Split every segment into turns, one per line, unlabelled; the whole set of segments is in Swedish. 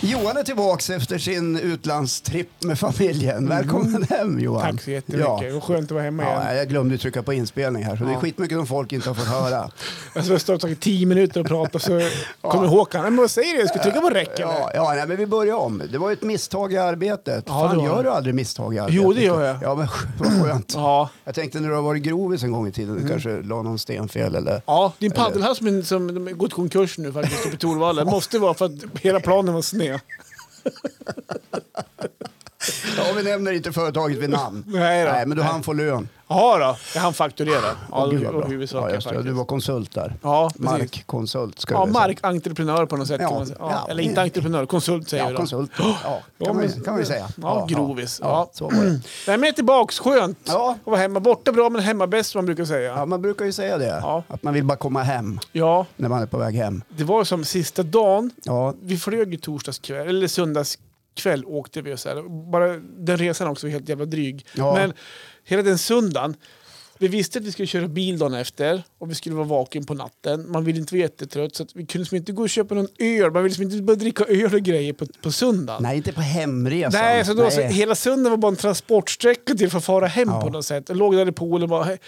Johan är tillbaks efter sin utlandstripp med familjen. Välkommen hem Johan.
Mm. Tack så jättemycket.
Ja.
Och Skönt att vara hemma
Ja,
igen.
jag glömde trycka på inspelning här, så det är
Ja.
skitmycket som folk inte har fått höra.
Alltså, jag har stått i tio minuter och pratat så kommer Håkan. "Nej, Men vad säger du? Jag ska trycka på räck eller?
Ja, ja nej, men vi börjar om. Det var ju ett misstag i arbetet.
Ja, det
Fan,
var
gör
det.
du aldrig misstag i arbetet?
Jo, det gör jag.
Ja, men vad skönt.
Ja. Mm.
Jag tänkte när du har varit grovis en gång i tiden, du kanske la någon sten fel eller...
Ja, din paddelhals som, som de har gått konkurs nu faktiskt uppe i Torvalla. Det måste vara för att hela planen var sned.
Ja, vi nämner inte företaget vid namn.
Nej då.
men du
Nej.
han får lön.
Jaha då, det han fakturera. Ja,
Åh,
det
gud, vad bra.
var huvudsaken
ja, just det.
faktiskt.
Du var konsult där.
Ja, precis.
Markkonsult ska
Ja,
vi säga.
markentreprenör på något sätt
Ja,
kan man säga. Ja,
ja.
eller inte entreprenör, konsult säger vi
Ja,
då.
konsult. Ja,
Ja,
kan, man,
men-
kan man ju säga.
Ja, grovis.
Ja,
Ja. Mm.
Så var det.
Nej, men jag är tillbaks, skönt.
Ja.
Att vara hemma. Borta bra men hemma bäst som man brukar säga.
Ja, man brukar ju säga det.
Ja.
Att man vill bara komma hem
Ja,
när man är på väg hem.
det var som sista dagen
Ja,
vi flög ju torsdagskväll, eller söndagskväll åkte vi och så här. Bara den resan också var helt jävla dryg.
Ja.
Men hela den söndagen, vi visste att vi skulle köra bil dagen efter och vi skulle vara vaken på natten. Man ville inte vara jättetrött så att vi kunde liksom inte gå och köpa någon öl. Man ville liksom inte börja dricka öl och grejer på, på söndagen.
nej inte på hemresan.
Nej, så då, Så hela söndagen var bara en transportsträcka till för att fara hem
Ja.
på något sätt. Jag låg där i poolen och bara, "Hej,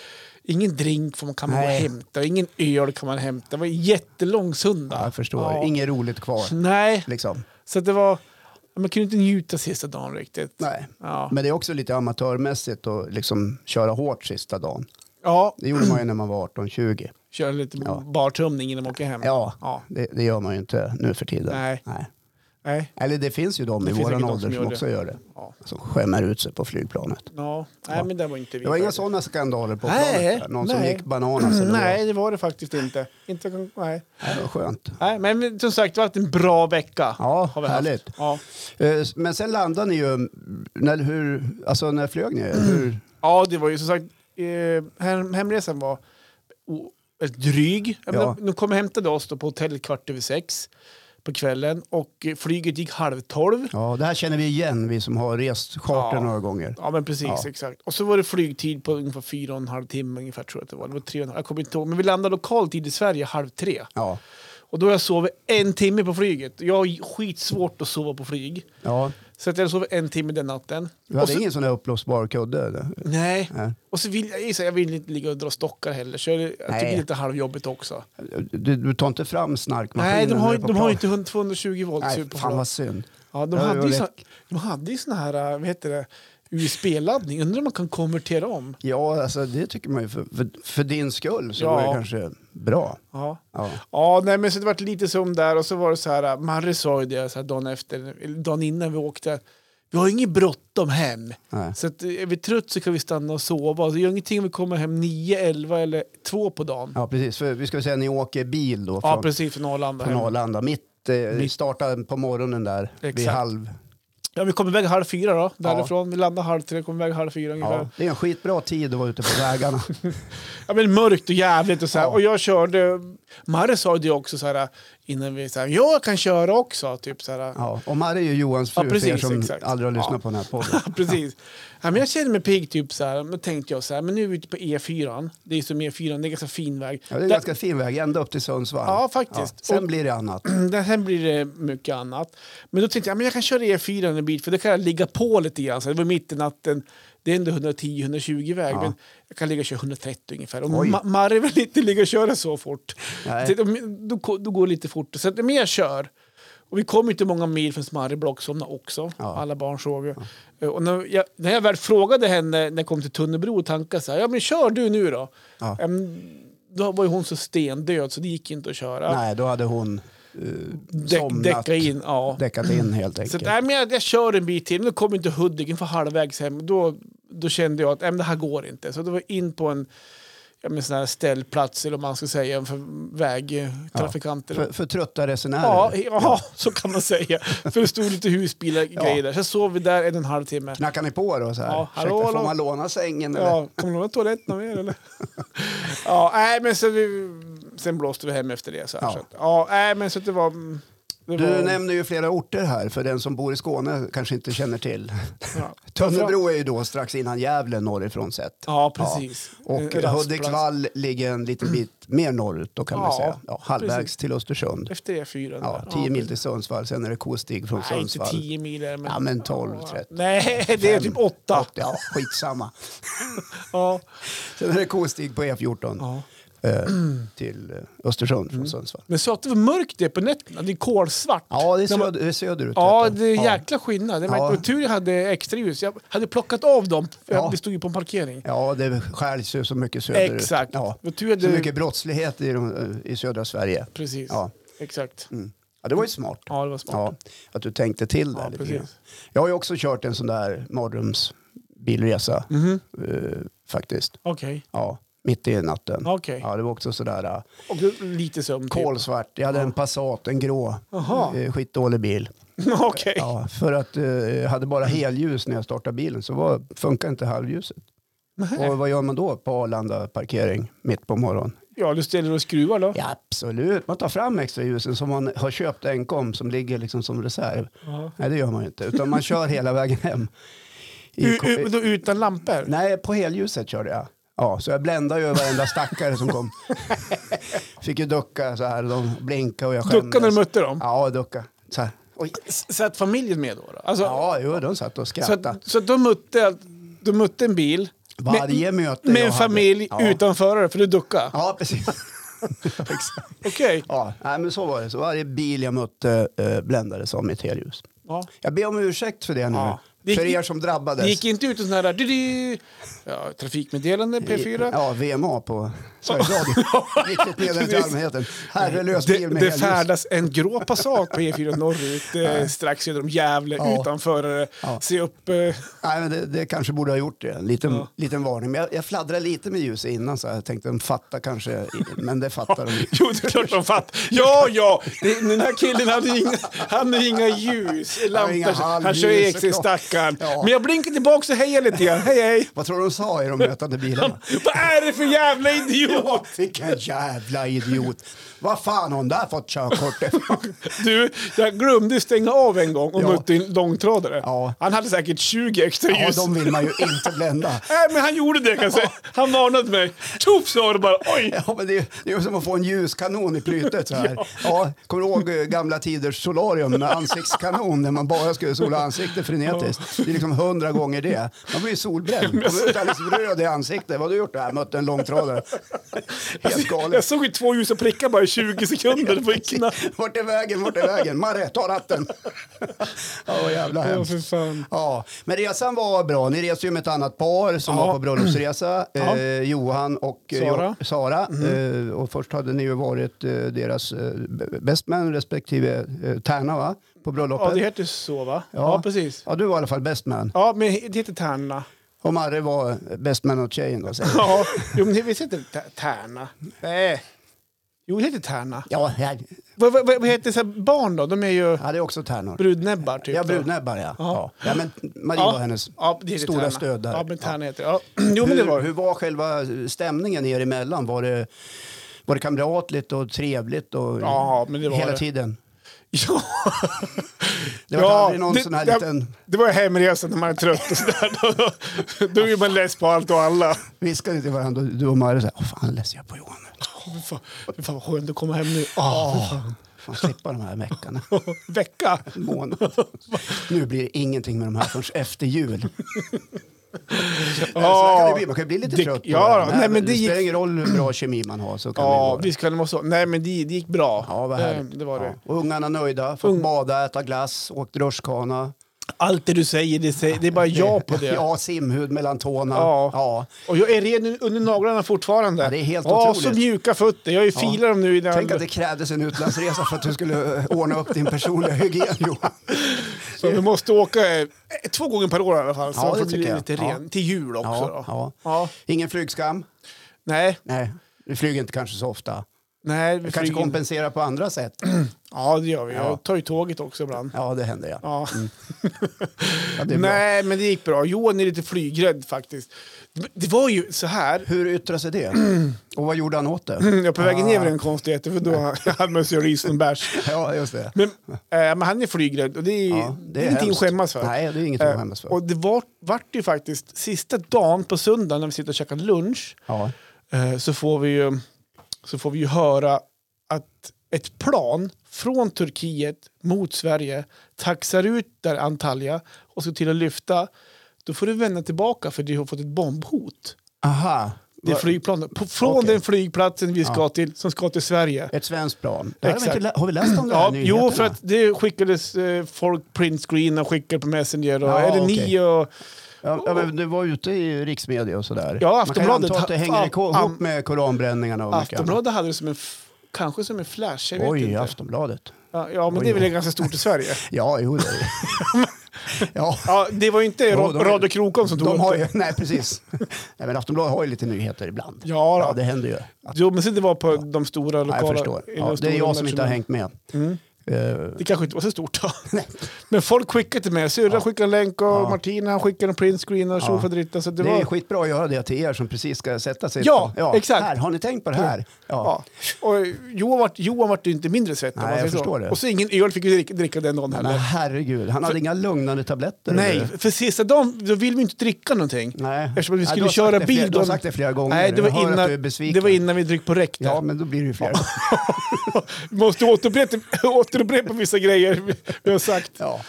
ingen drink får man, kan man gå och
Nej.
hämta, ingen öl kan man hämta. Det var en jättelång söndag.
Ja, jag förstår.
Ja.
Inget roligt kvar.
Nej,
Liksom.
så att det var... ja, Man kunde inte njuta sista dagen riktigt.
Nej.
Ja.
Men det är också lite amatörmässigt att liksom köra hårt sista dagen.
ja,
Det gjorde man ju när man var 18-20.
köra lite
Ja.
bartömning innan man åker hem.
Ja,
Ja.
Det, det gör man ju inte nu för tiden.
Nej. Nej.
Eller det finns ju de
Det
i
finns
våran
säkert de
ålder
som
som
gör
också
det.
gör det.
Ja.
Som skämmer ut sig på flygplanet.
Ja. Nej, men det var inte vi.
Det var inga sådana skandaler på
Nej,
planet? där? Någon som
nej.
gick bananas? Eller
Nej, det var det faktiskt inte. inte nej.
Vad? Det var skönt.
nej, men som sagt, det har varit en bra vecka.
Ja,
har vi
härligt.
Haft. Ja.
Eh, Men sen landade ni ju... När, hur, alltså när flög ni?
Mm.
Hur,
ja, det var ju som sagt, eh, hem, hemresan var o- ett dryg. Ja. men
Ja.
De, de kom och hämtade oss då på hotell kvart över sex på kvällen och eh, flyget gick halv tolv.
ja, det här känner vi igen, vi som har rest charter
Ja.
några gånger.
Ja men precis,
Ja.
exakt. Och så var det flygtid på ungefär fyra och en halv timme ungefär tror jag att det var. Det var tre och en halv, jag kommer inte ihåg. Men vi landade lokal tid i Sverige halv tre.
Ja.
Och då har jag sovit en timme på flyget. Jag har skitsvårt att sova på flyg.
ja.
Så att jag sov en timme den natten.
Du
Och
hade
så,
ingen sån här uppblåsbar kudde? eller?
Nej.
Nej.
Och så vill jag, gissa, jag vill inte ligga och dra stockar heller. Så jag, jag tycker
Nej.
det är lite halvjobbigt också.
Du, du tar inte fram snarkmaskinen?
Nej, de
när
har,
du är
ju-
på
de har ju
plan?
inte 100 220 volt.
Nej,
superbra.
fan vad synd.
Ja,
Ja,
de,
det
hade
var
ju såna, de hade ju såna här, vad heter det, USB-laddning. Undrar om man kan konvertera om.
Ja, alltså, det tycker man ju. För, för, för din skull så
Ja.
var det kanske bra.
Ja.
Ja.
Ja, nej, men så det var lite som där och så var det så här, äh, Marre sa ju det så här dagen efter, eller dagen innan vi åkte, vi har inget bråttom hem.
Nej.
Så att, eh, är vi trött så kan vi stanna och sova. Alltså, det gör ingenting om vi kommer hem 9, 11 eller 2 på dagen. Ja,
ja, precis. För vi ska väl säga att ni åker bil då från,
precis, från Arlanda.
från
hem.
Arlanda. Mitt, eh,
Mitt-
startar på morgonen där vid
Exakt.
halv.
Ja, vi kommer iväg halv fyra då, därifrån. Vi landar halv tre, kommer iväg halv fyra ungefär.
Ja.
Ja.
Det är en skitbra tid att vara ute på vägarna.
men mörkt och jävligt och så här.
Ja.
Och jag körde, Marre sa ju det också så här innan vi så här, ja, jag kan köra också, typ så här.
Ja, och Mari är ju Johans fru
Ja,
för er
precis,
som
exakt.
aldrig har lyssnat
Ja.
på den här podden.
Precis. Ja, men jag kände mig pigg, typ så här. Men tänkte jag så här, men nu är vi ute på E4. Det är som E4, det är en ganska fin väg.
Ja, det är en
Där-
ganska fin väg, ända upp till Sundsvall.
Ja, faktiskt.
Sen
Och-
blir det annat.
Där sen blir det mycket annat. Men då tänkte jag, men jag kan köra E E4 en bit för då kan jag ligga på lite grann. Så det var mitt i natten. Det är ändå 110-120 väg,
Ja.
men jag kan ligga och köra 130 ungefär. Och
Oj.
Ma- Marre vill inte ligga och köra så fort.
Nej.
Så, då, då, då går det lite fort. Så att, men jag kör. Och vi kom inte många mil förrän Marre blocksomnade också.
Ja.
Alla barn sov ju. Eh, Och när jag, när jag väl frågade henne när jag kom till Tunnebro och tankade så här, ja men kör du nu då?
Ja.
Ehm, Då var ju hon så stendöd så det gick inte att köra.
Nej, då hade hon eh,
Däck,
somnat,
däcka in, ja.
däckat in helt
Så att,
enkelt.
nej, men jag, jag kör en bit till, men då kom inte Huddinge för halvvägs hem. Då, då kände jag att nej, men det här går inte. Så då var jag in på en ja, men sån här ställplats, eller vad man ska säga, för vägtrafikanter.
För, för trötta resenärer.
Ja, ja, så kan man säga. För det stod lite husbilar och grejer där. Sen sov vi där en och en halv timme.
Knackar ni på då så här?
Ja, hallå,
Ursäkta, får
hallå.
man låna sängen eller?
Ja, kommer du låna toaletten av er eller? ja, nej, men så vi, sen blåste vi hem efter det. Så, här,
Ja.
så att, ja, nej, men så att det var... mm, Det
Du
var-
nämner ju flera orter här för den som bor i Skåne kanske inte känner till.
ja.
Tönnebro är ju då strax innan Gävle norrifrån sett.
Ja, precis. Eh, En
Och
rastplats.
Hudiksvall ligger en liten bit mer norrut då kan man
Mm. Ja,
säga. Ja, halvvägs
precis.
till Östersund.
Efter E E4. där.
Ja, 10 mil till Sundsvall, sen är det kostig från
Nej, inte
Sundsvall.
10 mil. är det, Men...
Ja, men 12, 13.
Nej, det är typ 8.
Åt- Ja, skitsamma.
Ja.
Sen är det kostig på E14
Ja. Mm.
eh, till eh, Östersund från Sundsvall.
Men sa att det var mörkt det på nätterna? Det är kolsvart.
Ja, det är,
När man-
söder, det är söderut.
Ja,
vet du.
det är jäkla skillnad. Det
Ja.
var tur jag hade extra ljus. Jag hade plockat av dem, för
Ja.
jag vi stod ju på en parkering.
Ja, det skärs ju så mycket söderut.
Exakt.
Ja.
Vad tur jag
Så
hade-
mycket brottslighet i, de, eh, i södra Sverige.
Precis.
Ja.
Exakt.
Ja, det var ju smart.
Ja, det var smart.
Ja, att du tänkte till där
Ja,
lite
precis.
grann. Jag har ju också kört en sån där mardrömsbilresa
Mhm.
eh, faktiskt.
Okej.
Ja, mitt i natten.
Okej.
Mm.
Typ.
Ja, det var också sådär uh,
Och lite sömn. typ.
kolsvart. Jag hade en Passat, en grå,
Jaha.
eh, skitdålig bil.
Okej.
Ja, för att eh, jag hade bara helljus när jag startade bilen så var, funkar inte halvljuset.
Nähä.
Och vad gör man då på Arlanda parkering mitt på morgonen?
Ja, du ställer och skruvar då?
Ja, absolut, man tar fram extra ljusen som man har köpt enkom som ligger liksom som reserv.
Ja.
Nej, det gör man ju inte, utan man kör hela vägen hem. I,
U- u- då utan lampor?
nej, på helljuset körde jag. Ja, så jag bländade ju varenda stackare som kom. Fick ju ducka så här, de blinkade och jag skämdes.
Ducka när du mötte dem?
Ja, ducka. Så här. Oj.
S- Satt familjen med då? då? Alltså,
Ja, jo, de satt och
så
skrattade.
att, så att de, mötte, de mötte en bil med-
Varje möte
med
jag
en
hade-
familj
Ja.
utan förare, för du duckade?
Ja, precis. Exakt.
Okej.
ja, nej, men så var det. Så varje bil jag mötte eh, bländades av mitt helljus.
Ja.
Jag ber om ursäkt för det nu.
Ja. Det gick-
för er som drabbades.
Det gick inte ut en sån här... du-du, Ja, trafikmeddelande, P4.
Ja, VMA på Sveriges Radio. Riktigt meddelande till
Precis.
allmänheten. Herrelös
Det,
bil med
det
helljus.
färdas en grå Passat på E4 norrut, eh, strax söder om Gävle,
Ja.
utan förare.
Ja.
Se upp... Eh,
Nej, men det, det kanske borde ha gjort det. En liten,
Ja.
liten varning. Men jag, jag fladdrade lite med ljuset innan så här. jag tänkte de fattar kanske. Men det fattar de ju.
Jo, det är klart de fattar. Ja, ja! Det- Den här killen hade ju inga, han har ju inga ljus,
har inga
lampor. Han,
halvljus,
kör extra
såklart.
stackaren.
Ja.
Men jag blinkar tillbaka och hejar lite grann. Hej, hej!
Vad tror du de sa i de mötande bilarna?
Vad är det för jävla idiot?
Vilken jävla idiot. Vad fan har hon där fått körkort ifrån?
Du, jag glömde stänga av en gång och
Ja.
mötte en långtradare.
Ja.
Han hade säkert 20 extra
Ja,
ljus.
de vill man ju inte blända.
Nej, men han gjorde det kan jag säga. Han varnade mig. Tjoff sa det bara. Oj!
Ja, men det, är- det är ju som att få en ljuskanon i plytet så här. ja. kommer du ihåg eh, gamla tiders solarium med ansiktskanon när man bara skulle sola ansiktet frenetiskt? Det är liksom hundra gånger det. Man blir ju solbränd, kommer ut alldeles liksom röd i ansiktet. Vad har du gjort? Jag mötte en långtradare. Helt
Jag
galet.
såg ju två ljusa prickar bara i 20 sekunder. Det var ju knappt.
Vart är vägen? Vart är vägen? Marre, ta ratten! Ja, vad jävla
Åh,
hemskt.
för fan.
Ja, men resan var bra. Ni reste ju med ett annat par som
Ja.
var på bröllopsresa.
Ja.
Eh, Johan och eh,
Sara. Mhm.
Jo- Sara. Eh, och först hade ni ju varit eh, deras eh, b- bestman respektive eh, tärna va? på bröllopet.
Ja, det heter så va?
Ja.
Ja, precis.
Ja, du var i alla fall bestman.
Ja, men det heter Tärna.
Och Marre var bestman åt tjejen då. säger jag.
Ja, jo, men det visst heter det Tär- Tärna? Nej. Jo, det heter Tärna.
Ja, jag
Vad, vad, vad heter så här barn då? De är ju
hade också tärnor.
brudnäbbar typ.
Ja,
då.
brudnäbbar ja. Ja.
Ja.
ja men Marie
Ja.
var hennes
Ja, det heter
stora
Tärna.
stöd där.
Ja, men Tärna heter det. Ja. Jo, men
hur,
det var
hur var själva stämningen er emellan? Var det, var det kamratligt och trevligt? Och,
Ja, men det var
hela
det.
tiden?
Ja.
Det var aldrig någon sån här
det,
liten-
Det var hemresan när man är trött och sådär. Då, då är man less på allt och alla.
Viskade ni till varandra, du och Marre, så här, "Åh, fan läser jag på Johan nu?
Fy fan, fy fan vad skönt att komma hem nu. Ah,
Fan slippa de här veckorna,
Vecka.
månaden. Nu blir det ingenting med de här förrän efter jul. Så där kan det bli. Man kan ju bli lite
Det-
trött på
ja,
varandra.
nej, men det gick-
spelar ingen roll hur bra kemi man har. Så kan det ju
Ja,
vara.
visst kan det vara så. Nej, men det, det gick bra.
Ja, vad härligt.
Eh, Det var det.
Ja. Och ungarna nöjda, fick bada, äta glass, åkte rutschkana.
Allt det du säger, det, säger, det är bara ja på det.
Ja, simhud mellan tårna.
Ja.
Ja.
Och jag är ren under naglarna fortfarande.
Ja, det är helt
Ja,
otroligt.
så mjuka fötter. Jag är ju filar dem nu. I den
Tänk att det krävdes en utlandsresa för att du skulle eh, ordna upp din personliga hygien Johan.
Så vi måste åka eh, två gånger per år i alla fall. Så
Ja,
ja,
det
får bli
tycker jag.
lite
Ja.
ren. Till jul också
Ja,
då.
ja.
Ja.
Ingen flygskam?
Nej,
Nej, du flyger inte kanske så ofta.
Nej, vi
Kanske
flyger inte.
kompensera på andra sätt.
Ja, det gör vi.
Ja.
Jag tar ju tåget också ibland.
Ja, det händer ja.
Ja.
ja det är bra.
Nej, men det gick bra. Johan är lite flygrädd faktiskt. Det var ju så här.
Hur yttrar sig det? Och vad gjorde han åt det?
Jag på vägen
Ah.
ner var det en konstighet, för då hade man sig ris och en bärs.
Ja, just det.
Men, eh, men han är flygrädd och det är,
Ja,
det är ingenting att
hemskt.
skämmas för.
Nej, det är ingenting att skämmas för.
Eh, Och det var, vart ju faktiskt, sista dagen på söndagen när vi sitter och käkar lunch
Ja.
eh, så, får vi ju, så får vi ju höra att ett plan från Turkiet mot Sverige taxar ut där Antalya och ska till att lyfta. Då får du vända tillbaka för du har fått ett bombhot.
Aha.
Det är
Va-
flygplanet. På, från
Okej.
den flygplatsen vi ska till, som ska till Sverige.
Ett svenskt plan. Det här har, vi
Exakt.
inte lä- har vi läst om det här
Ja,
i
jo, för
nyheterna?
att det skickades eh, folk printscreen och skickade på Messenger och
Ja,
är det
okej.
ni och...
Ja, ja, men du var ute i riksmedia och sådär.
Ja,
Man kan ju
Aftonbladet
anta att det
ha-
hänger
am-
ihop med koranbränningarna och mycket annat.
Aftonbladet hade det som en... f- Kanske som en flash, jag vet
Oj,
inte.
Aftonbladet.
Ja, ja, men
Oj,
det är
oj.
väl ganska stort i Sverige.
Ja, jo det är det. Ja,
Ja, det var ju inte Ra-
de-
Radio Krokom som tog
de
upp
har
det.
ju, nej precis. Nej, men Aftonbladet har ju lite nyheter ibland.
Ja, då.
Ja, det händer ju. Att,
Jo, men sen det var på de stora
ja, jag
lokala...
förstår.
i de
Ja, det
stora
är jag som inte har
nationella-
hängt med.
Mm.
Eh,
Det kanske inte var så stort då.
Nej.
Men folk skickade till mig. Syrran
Ja.
skickade en länk och
Ja.
Martina han skickade en printscreen och
Ja.
tjofaderittan. Så det,
det
var...
är skitbra att göra det till er som precis ska sätta sig.
Ja, exakt.
Här, har ni tänkt på det här? Ja.
Ja. Och Johan vart, Johan vart ju inte mindre svettig. om
Nej,
man
jag
säger så.
förstår det.
Och så ingen öl fick vi dricka, dricka den dagen
Men
heller.
herregud, han hade inga lugnande tabletter.
Nej,
eller?
för sista dagen då vill vi inte dricka någonting.
Nej.
Eftersom vi
Nej,
skulle
du har sagt
köra
det flera-
bil
Du har
då-
sagt det flera gånger.
Nej, det
Jag hör
var,
att
innan,
du är besviken.
det var innan vi dryck på räck.
Ja,
Ja.
men då blir det ju fler.
Måste återupprepa, återupprepa vissa grejer vi, vi har sagt.
Ja.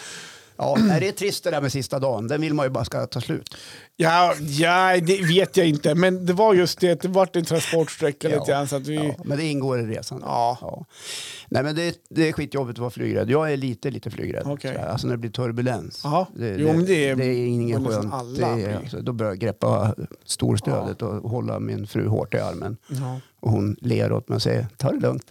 Ja, nej, det är trist det där med sista dagen. Den vill man ju bara ska ta slut.
Ja, ja, det vet jag inte. Men det var just det, att det vart en transportsträcka lite grann. Så att vi...
Ja, men det ingår i resan.
Ja.
Nej, men det, det är skitjobbigt att vara flygrädd. Jag är lite, lite flygrädd.
Okej.
sådär. Alltså när det blir turbulens.
Jaha. Jo, men det är-
ingen
nästan
skönt.
alla
det
blir.
är, alltså, då börjar jag greppa storstödet och hålla min fru hårt i armen.
Ja.
Och hon ler åt mig och säger, ta det lugnt.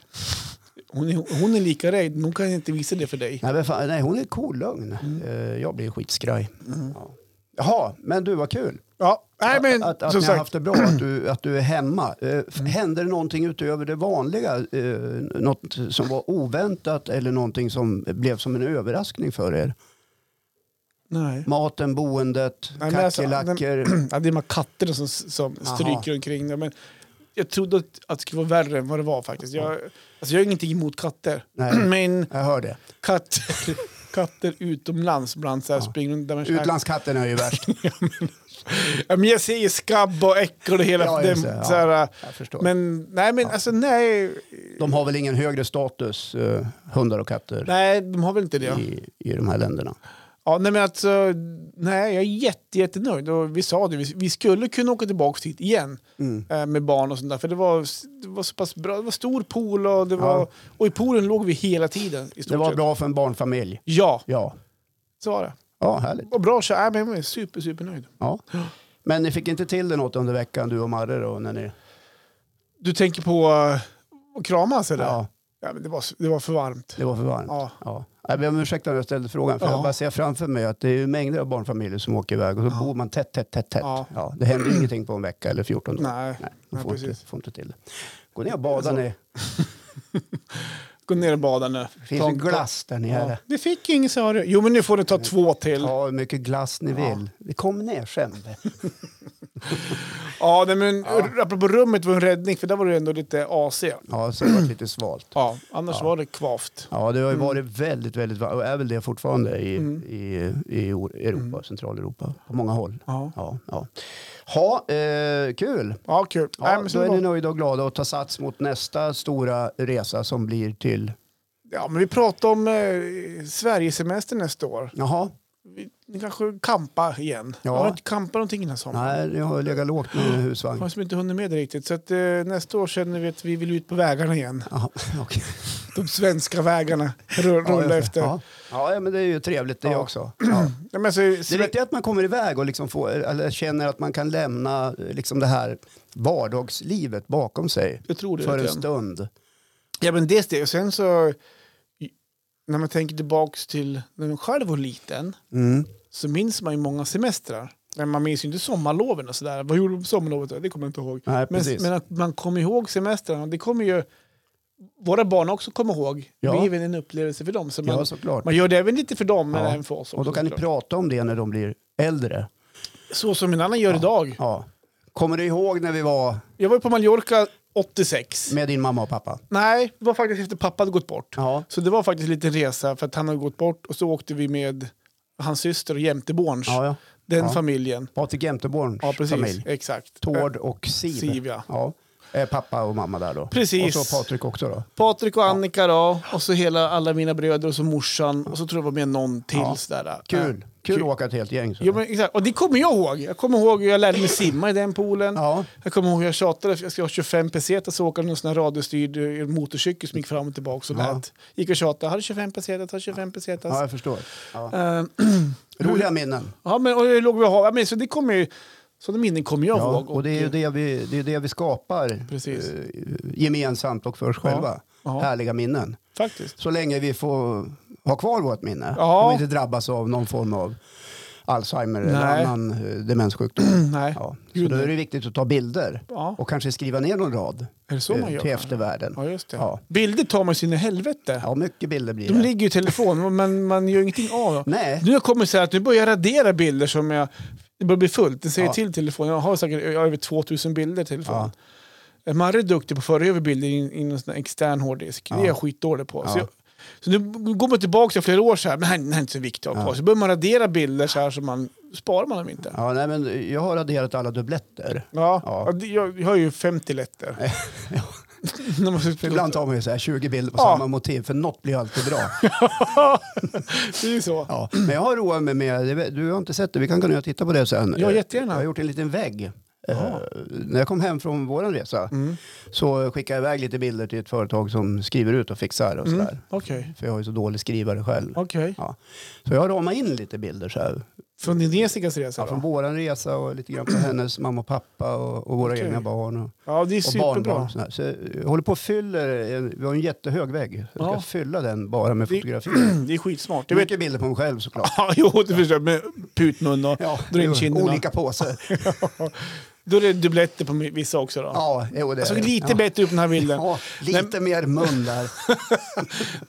Hon, är, hon är lika rädd, men hon kan inte visa det för dig.
Nej, men fan, nej hon är kolugn.
Mm.
Eh, Jag blir skitskraj. Ja. Jaha, men du vad kul.
Ja, nej men
att att
som
ni har
sagt. Mm.
haft det bra, att du, att du är hemma. Eh, f- Hände det någonting utöver det vanliga? Eh, något som var oväntat eller någonting som blev som en överraskning för er?
Nej.
Maten, boendet,
Nej, men alltså,
kackerlackor?
Ja, det är de här katterna som, som
Aha.
stryker omkring. det, Men jag trodde att, att det skulle vara värre än vad det var faktiskt. Jag, alltså, jag har ingenting emot katter.
Nej.
Men
Jag hör det.
katter, katter utomlands bland så här springer runt där man känner-
Utlandskatterna är ju värst.
ja, men Jag ser ju skabb och äckel och hela
Ja,
den,
just det, ja.
så här, äh,
Jag förstår.
Men nej, men alltså nej.
De har väl ingen högre status, eh, hundar och katter,
Nej, de har väl inte det.
i, i de här länderna?
Ja, nej, men alltså, nej, jag är jätte, jättenöjd. Och vi sa det, vi, vi skulle kunna åka tillbaka hit igen
Mm.
eh, med barn och sånt där. För det var, det var så pass bra. Det var stor pool och, det var,
Ja.
och i poolen låg vi hela tiden. I stort
Det var
sett.
bra för en barnfamilj.
Ja,
Ja,
så var det.
ja härligt.
Och bra så nej, men jag är super, super nöjd.
Ja. Men ni fick inte till det något under veckan, du och Marre? Då, när ni...
Du tänker på eh, att kramas eller? Ja.
ja,
men det, var, det var för varmt.
det var för varmt.
Ja.
Ja. Jag ber om ursäkt om jag ställde frågan. För
Ja.
Jag bara ser framför mig att det är ju mängder av barnfamiljer som åker iväg och så bor man tätt, tätt, tätt, tätt. Ja.
Ja.
det händer ju ingenting på en vecka eller 14 dagar.
Nej,
Nej, de
nej,
får, inte,
precis. Alltså,
får inte till det. Gå ner och bada ni.
Gå ner och bada nu.
Det finns ju glass där
Ja.
nere.
Det fick ingen, sa du. Jo, men nu får du ta två till.
Ta hur mycket glass ni vill. Vi Kom ner sen.
Ja, nej, men apropå rummet var en räddning, för där var det ändå lite AC.
Ja, så har det varit lite svalt.
Ja, annars var det kvavt.
Ja, det har ju varit väldigt, väldigt varmt och är väl det fortfarande i,
Mm.
i, i Or- Europa, Centraleuropa, på många håll.
Ja,
Ja, ja. Ha, eh, kul!
ja kul.
Ja,
Nej, men
då
så
är
det
ni
var...
nöjda och glada och tar sats mot nästa stora resa som blir till...
ja, men vi pratar om eh, Sverigesemester nästa år.
Jaha,
Vi, ni kanske kampa igen.
Ja.
Jag har inte kampat någonting den här sommaren.
nej, jag har legat lågt med
Jag
husvagn.
har som inte hunnit med det riktigt. Så att, eh, nästa år känner vi att vi vill ut på vägarna igen.
Jaha, okej.
De svenska vägarna rull-
Ja, just
rulla
det.
efter.
Ja. ja, men det är ju trevligt det
Ja.
också. Ja.
Nej, men alltså,
Det
Sve-
är viktigt att man kommer iväg och liksom får, eller känner att man kan lämna eh, liksom det här vardagslivet bakom sig
jag tror det.
för
vet
en
jag.
stund.
Ja, men det är det. Och sen så, i- när man tänker tillbaks till när man själv var liten,
Mm.
så minns man ju många semestrar. Men man minns ju inte sommarloven och sådär. Vad gjorde du på sommarlovet? Det kommer jag inte ihåg.
Nej,
Men,
precis.
men att man kommer ihåg semestrarna, det kommer ju våra barn också kommer ihåg.
Ja.
Det är även en upplevelse för dem. Så man,
Ja, såklart.
man gör det även lite för dem, men
Ja.
även för oss.
Och då
också,
kan ni
såklart.
prata om det när de blir äldre.
Så som en annan gör idag.
Ja. Kommer du ihåg när vi var
Jag var ju på Mallorca 86.
med din mamma och pappa?
Nej, det var faktiskt efter pappa hade gått bort.
Ja.
Så det var faktiskt en liten resa för att han hade gått bort och så åkte vi med hans syster och jämteborns.
ja, ja.
Den
Ja.
familjen.
Patrik Jämteborns
Ja, precis.
familj.
Exakt.
Tord och Siv.
Siv, ja.
Eh, Pappa och mamma där då.
Precis.
Och så Patrik också då.
Patrik och Annika då, och så hela, alla mina bröder och så morsan och så tror jag var med någon till.
Ja.
Sådär.
Kul.
Ja.
Kul att åka ett helt gäng. Så.
Eh, Jo, men, exakt. Och det kommer jag ihåg. Jag kommer ihåg hur jag lärde mig simma i den poolen.
Ja.
Jag kommer ihåg hur jag tjatade för jag ska ha 25 pesetas så åker någon sån här radiostyrd eh, motorcykel som gick fram och tillbaka och
Ja.
lät. Gick och tjatade, "Jag hade 25 pesetas, hade 25 pesetas.
ja, jag förstår. Ja.
Eh,
Roliga minnen.
Ja, men och jag låg vid havet. Ja, men, så det kommer ju, sådana minnen kommer jag
Ja,
ihåg.
och det är ju det vi, det är det vi skapar
Precis.
eh, gemensamt och för oss
Ja.
själva.
Ja.
Härliga minnen.
Faktiskt.
Så länge vi får ha kvar vårt minne.
Ja.
Om vi inte drabbas av någon form av Alzheimer eller
Nej.
annan eh, demenssjukdom.
Mm, Nej. Ja.
Ja. Så
Gud,
då
nej.
är det viktigt att ta bilder och kanske skriva ner någon rad
Är det så
eh,
man gör?
till eftervärlden.
Ja, just det.
Ja.
Bilder tar man sin i helvete.
Ja, mycket bilder blir
De
det.
ligger ju i telefon, men man gör ingenting av dem.
Nej,
Nu har jag kommit så här att nu börjar jag radera bilder som jag... Det börjar bli fullt. Det säger
Ja.
till telefonen. Jag har säkert jag har över 2000 bilder i telefonen.
Ja.
Marre är duktig på att föra över bilder in i någon sån här extern hårddisk. Det
Ja.
är jag skitdålig på.
Ja.
Så, jag, så nu går man tillbaka till flera år så här, men det här det här är inte så viktigt att ha kvar. Så börjar man radera bilder så här så man sparar man dem inte.
ja, nej, men jag har raderat alla dubbletter.
Ja,
Ja.
ja. det- Jag, jag har ju 50 lätter. När man
För
sitter-
ibland tar man ju så här 20 bilder på
Ja.
samma motiv, för något blir ju alltid bra.
det är ju så.
Ja. Men jag har roat mig med, du har inte sett det, vi kan gå ner och titta på det sen.
Ja, jättegärna.
Jag har gjort en liten vägg. Eh, när jag kom hem från vår resa
Mm.
så skickade jag iväg lite bilder till ett företag som skriver ut och fixar och sådär.
Mm, Okej.
För jag är så dålig skrivare själv.
Okej.
Ja. Så jag har ramat in lite bilder så här.
Från Indonesiens resa
Ja, från
då?
vår resa och lite grann på hennes mamma och pappa och, och våra
Okej.
egna barn. Och,
Ja, det är
och
superbra.
barnbarn. och sån här. Så jag håller på och fyller, en- vi har en jättehög vägg. Jag ska
Ja.
fylla den bara med
Det-
fotografier.
Det är skitsmart.
Du
Jag vet,
vet bilder på mig själv såklart.
ja, jo, det förstår jag. Med putmun och dra in
det är
kinderna.
olika påsar.
Då är det dubbletter på vissa också då.
Ja, jo, det
Jag såg
är det.
Alltså, lite
ja.
bättre upp den här bilden.
Ja, lite mer mun där.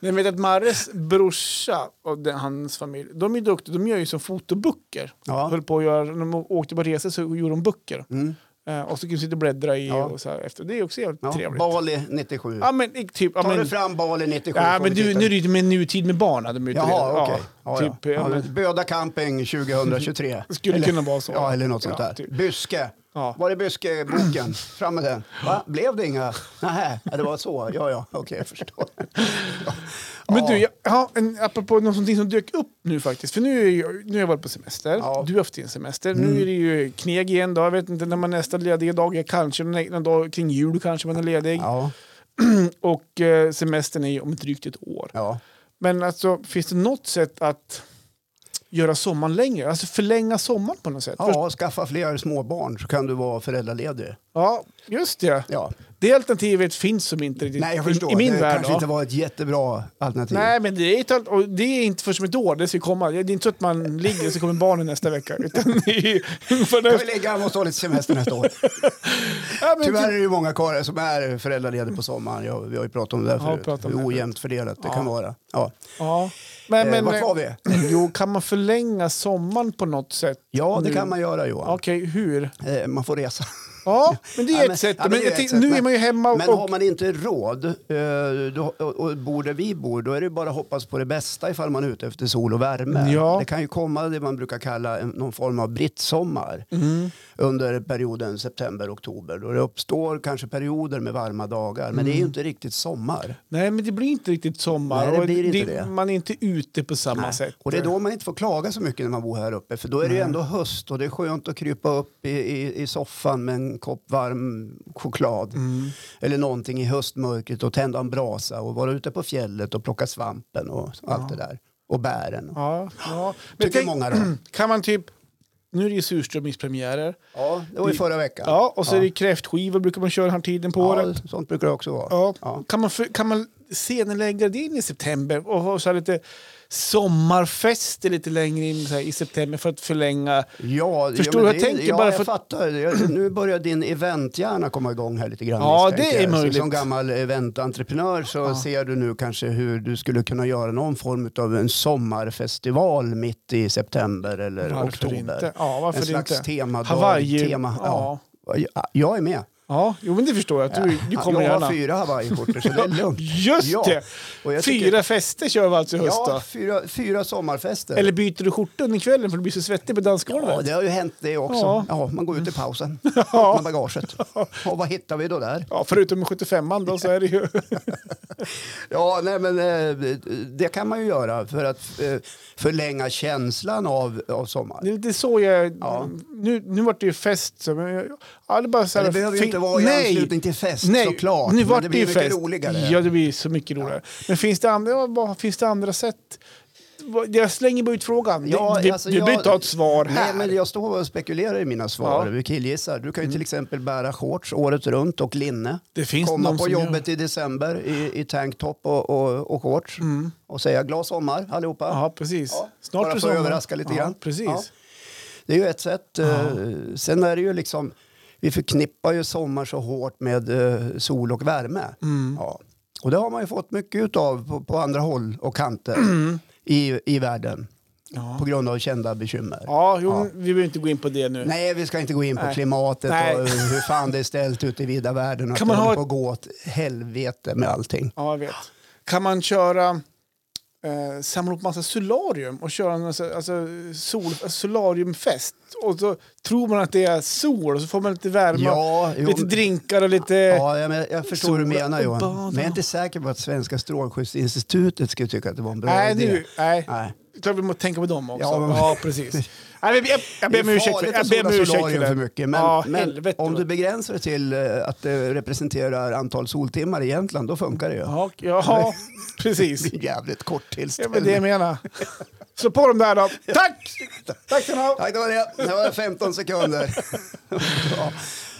Men jag vet att Marres brorsa och den, hans familj, de är duktiga. De gör ju som fotoböcker.
Ja.
Höll på att göra, när de åkte på resor så gjorde de böcker.
Mm.
Eh, och så kunde de sitta och bläddra i
Ja.
och så här efter. Det är också jävligt
Ja,
trevligt.
Bali 97.
Ja men i- typ... Ja,
Tar
men,
du fram Bali 97
ja,
får
men
vi
du,
titta.
nu är det ju med nutid med barn. hade De är ute och
Jaha,
reser.
okej. Ja,
typ, ja.
ja.
men,
Böda camping 2023.
det skulle kunna vara så.
Ja, eller något sånt
Ja,
där.
typ.
Byske.
Ja.
Var är Byske-boken? Fram med den. Va? Blev det inga? Nähä, ja, det var så. Ja, ja, okej, jag förstår.
Men du,
Ja.
jag, ja, en, apropå någonting som dök upp nu faktiskt. För nu, är jag, nu har jag varit på semester.
Ja. Mm.
Du har haft din semester. Nu är det ju kneg igen. Då. Jag vet inte när man nästa lediga dag är. Kanske någon någon dag kring jul kanske man är ledig.
Ja,
Och eh, semestern är ju om drygt ett år.
ja.
Men alltså, finns det något sätt att göra sommaren längre? Alltså förlänga sommaren på något sätt? Först-
ja skaffa fler småbarn så kan du vara föräldraledig.
ja just det.
Ja.
Det alternativet finns som inte riktigt
Nej, jag
i,
förstår.
i min
det
värld.
kanske
ja.
inte var ett jättebra alternativ.
Nej, men det är, ett, allt- och det är inte först om ett år det ska komma. Det är inte så att man ligger och så kommer barnen nästa vecka. Utan det är ju ungefär
Jag vill
nästa-
lägga, jag måste ha lite semester nästa år.
ja, men
Tyvärr är
typ-
det ju många karlar som är föräldralediga på sommaren. Jag, vi har ju pratat om det där
Ja,
förut.
pratat om
Hur
det.
ojämnt fördelat det
Ja.
kan vara. Ja.
Ja. Men,
eh,
men,
vart var vi?
Jo, kan man förlänga sommaren på något sätt?
Ja, det
nu?
kan man göra Johan.
Okej, hur?
Eh, man får resa.
Ja, men det är
Ja, men-
ett sätt.
ja, men
men
det är
jag
ett
tänk,
sätt,
nu är
men-
man ju hemma
Men
och...
har man inte råd eh, då, och, och bor där vi bor, då är det bara att hoppas på det bästa ifall man är ute efter sol och värme.
Ja.
Det kan ju komma det man brukar kalla en, någon form av brittsommar
Mm.
under perioden september-oktober. Då det uppstår kanske perioder med varma dagar, men
Mm.
det är ju inte riktigt sommar.
Nej, men det blir inte riktigt sommar.
Nej, det
och
blir inte det.
Man är inte ute på samma
Nej.
sätt.
Och det är då man inte får klaga så mycket när man bor här uppe. För då är det ju ändå höst och det är skönt att krypa upp i, i, i soffan med en kopp varm choklad. Eller någonting i höstmörkret och tända en brasa och vara ute på fjället och plocka svampen och allt det där. Och bären.
Ja, ja. Men
Tycker många då.
Kan man typ... Nu är det ju surströmmingspremiärer.
Ja, det var ju
Det-
förra veckan.
Ja, och så är det kräftskivor brukar man köra den här tiden på året.
Ja, sånt brukar det också vara.
Ja.
Ja.
Kan, man, för- kan man scenen längre in i september och ha så här lite sommarfester lite längre in så här, i september för att förlänga.
Ja,
Förstår
ja, men
du vad jag
det-
tänker?
Ja,
Bara
jag
för-
fattar. Jag, nu börjar din eventhjärna komma igång här lite grann.
Ja,
misstänker
det är
jag. Så
möjligt.
Som gammal evententreprenör så ser du nu kanske hur du skulle kunna göra någon form av en sommarfestival mitt i september eller
Varför
oktober.
inte? Ja, varför
en slags
inte?
temadag.
Hawaii.
Tema, ja.
Ja.
Ja, Jag är med.
Ja, jo men det förstår jag. att Du, du kommer
jag
gärna.
har fyra hawaiiskjortor så det är lugnt.
Just
Ja,
det!
och jag tycker-
Fyra fester kör vi alltså i höst
Ja,
då?
fyra, fyra sommarfester.
Eller byter du skjorta under kvällen för du blir så svettig på
Ja,
dansgolvet?
det har ju hänt det också. Ja.
Ja.
man går ut i pausen, öppnar bagaget. Och vad hittar vi då där?
Ja, förutom 75an då så är det ju...
Ja, nej, men eh, det kan man ju göra för att eh, förlänga känslan av, av sommar.
Det är lite så jag...
Ja.
Nu, nu vart det ju fest. Så, men jag, ja, det är bara så här,
det behöver ju
fin-
inte vara i
Nej!
anslutning till fest
Nej,
såklart.
nu
men
vart
det
det,
blir
ju
mycket
fest.
roligare.
Ja, det blir så mycket roligare. Men finns det, andra, ja, vad- finns det andra sätt? Vad- Jag slänger bara ut frågan.
Ja,
du du,
alltså,
du behöver
jag-
inte ha ett svar här.
Nej, men jag står och spekulerar i mina svar.
Ja. Mm.
Vi killgissar. Du kan ju till exempel bära shorts året runt och linne.
Det finns
Komma
någon
på
som gör-
jobbet i december i, i tanktop och, och, och shorts
Mm.
och säga glad sommar allihopa.
Ja, precis.
Ja,
Snart
bara
är
för att
sommaren.
överraska lite
ja,
grann.
Precis.
Ja. Det är ju ett sätt. Eh, Sen är det ju liksom, vi förknippar ju sommar så hårt med eh, sol och värme.
Mm.
Ja. Och det har man ju fått mycket av på, på andra håll och kanter
Mm.
i, i världen. På grund av kända bekymmer.
Ja, jo, men vi behöver inte gå in på det nu.
Nej, vi ska inte gå in på
Nej.
klimatet
Nej.
och hur fan det är ställt ute i vida världen. Och
Kan
att
man
det
ha
håller
ett-
på att gå åt helvete med allting.
Ja, jag vet. Kan man köra... Eh, samla upp massa solarium och köra en massa, alltså, sol, solariumfest. Och så tror man att det är sol och så får man lite värme,
Ja, jo,
lite
men-
drinkar och lite...
Ja, jag, men, jag förstår hur du
sola
menar
och
Johan.
bada.
Men jag är inte säker på att Svenska strålskyddsinstitutet skulle tycka att det var en bra
nej,
idé.
nu, nej.
Nej.
Klart vi måste tänka på dem också.
Ja,
Ja,
men-
precis. nej, men jag, jag ber om ursäkt för,
farligt
jag
att
ber om
sola
ursäkt för
solarium
det.
för mycket. Men,
ja,
men
helvete.
om du begränsar det till eh, att det representerar antal soltimmar i Jämtland, då funkar det ju.
Ja, ja precis.
Det är jävligt kort
Ja, men det
tillställning.
jag menar. Slå på dem där då. Tack! Tack ska ni ha.
Tack, det var det. Det var 15 sekunder. ja.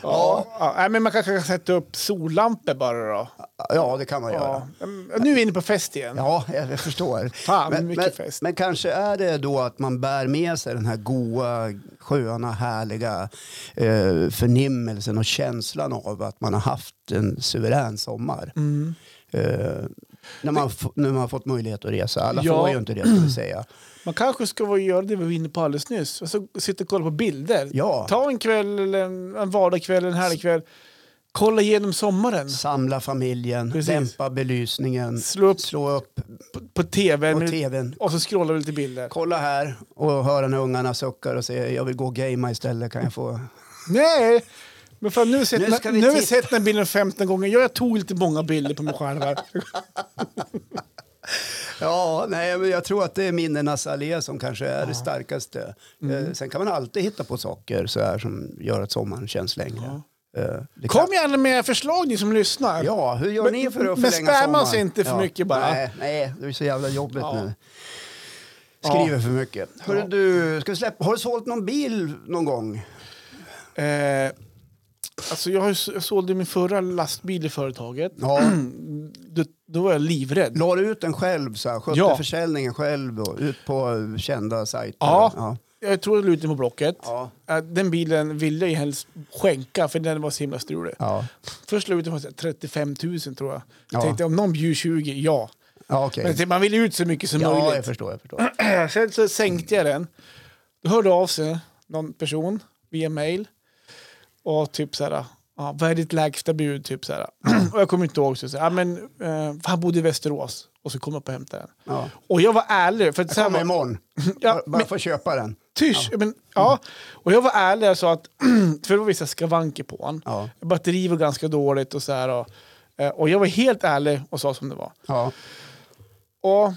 Ja. Ja. nej, men man kanske kan sätta upp sollampor bara då.
ja, det kan man göra.
Ja. Mm, Nu är vi inne på fest igen.
Ja, jag förstår.
Fan, mycket
men,
fest.
men kanske är det då att man bär med sig den här goa, sköna, härliga eh, förnimmelsen och känslan av att man har haft en suverän sommar.
Mm.
Eh, när, man, f- när man har fått möjlighet att resa. Alla
Ja. Mm.
får ju inte det, ska vi säga.
Man kanske ska vara- göra det vi var inne på alldeles nyss. Alltså, sitta och kolla på bilder.
Ja.
Ta en kväll, eller en, en vardagskväll, en härligkväll. Kolla igenom sommaren.
Samla familjen,
Precis.
dämpa belysningen,
Slå upp
slå upp
på tv
på tvn.
och så scrollar vi lite bilder.
Kolla här och höra när ungarna suckar och säger jag vill gå och gamea istället, kan jag få
Nej! Men fan, nu har vi sett,
Nu ska
nu
vi
nu har vi
titta.
sett den här bilden 15 gånger. Ja, jag tog lite många bilder på mig själv. Här.
Ja, nej, men jag tror att det är minnenas allé som kanske är det starkaste.
Mm.
Eh, sen kan man alltid hitta på saker så här som gör att sommaren känns längre. Eh, det kan-
Kom gärna med förslag ni som lyssnar.
Ja, hur gör
Men-
ni för att
men
förlänga sommaren?
spamma oss inte för
ja.
mycket bara.
Nej, nej, det är så jävla jobbigt
Ja.
nu. Skriver för mycket. Hörru,
Ja.
du, ska vi släppa, har du sålt någon bil någon gång?
Eh, alltså jag, har, ju s- jag sålde min förra lastbil i företaget.
Ja.
Då, då var jag livrädd.
La du ut den själv, så här, skötte
Ja.
försäljningen själv och ut på kända sajter?
Ja.
ja.
Jag tror jag la ut den på Blocket.
Ja.
Eh, Den bilen ville jag ju helst skänka för den var så himla strulig.
Ja,
Först la jag ut den på så här 35 000 tror jag.
Ja.
Tänkte om någon bjuder 20, ja.
ja okej.
Men man vill ju ut så mycket som
Ja, jag
möjligt.
förstår. Jag förstår.
Sen så sänkte Alltså, jag den. Då hörde av sig någon person via mail. Och typ så här, ja, vad är ditt lägsta bud? Typ så här. Och jag kommer inte ihåg. Så så här, ja, men, eh, för han bodde i Västerås. Och så kom jag upp och hämtade den.
Ja.
Och jag var ärlig. För att så här
Jag kommer
var,
imorgon.
ja,
Bara
men,
få köpa den.
tysch, ja. Men, ja. Och jag var ärlig och sa att, för det var vissa skavanker på honom.
Ja.
Batteri var ganska dåligt och så här. Och, eh, och jag var helt ärlig och sa som det var.
Ja.
Och,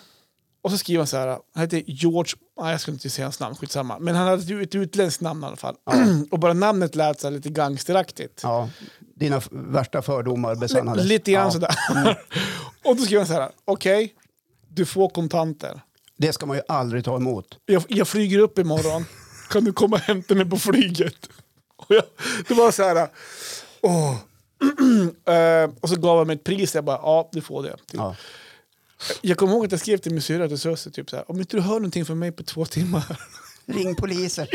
och så skriver han så här, han heter George, nej jag skulle inte säga hans namn, skitsamma. Men han hade ett utländskt namn i alla fall. och bara namnet lät så här lite gangsteraktigt.
ja. Dina f- värsta fördomar besannades.
lite grann
ja. Mm.
sådär. och då skriver han så här, okej, du får kontanter.
Det ska man ju aldrig ta emot.
Jag, jag flyger upp imorgon, kan du komma och hämta mig på flyget? Och jag, det var så här, åh. Eh, och så gav han mig ett pris. Jag bara, ja, du får det. Typ.
Ja.
Jag kommer ihåg att jag skrev till min syrra, till Susie, typ så här, om inte du hör någonting från mig på två timmar.
Ring polisen.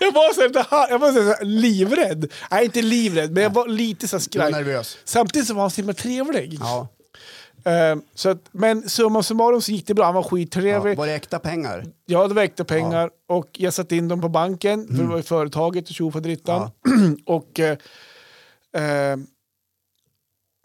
jag var så här, det här, jag var så här livrädd. Nej, inte livrädd, men jag var lite så här
Jag är
skraj.
nervös.
Samtidigt så var han så himla trevlig.
Ja.
Eh, så att, men summa summarum så gick det bra. Han var
Ja.
skittrevlig.
Var det äkta pengar?
Jag hade väckte pengar och jag satte in dem på banken, för
Mm.
det var ju företaget och tjofaderittan. och eh, eh,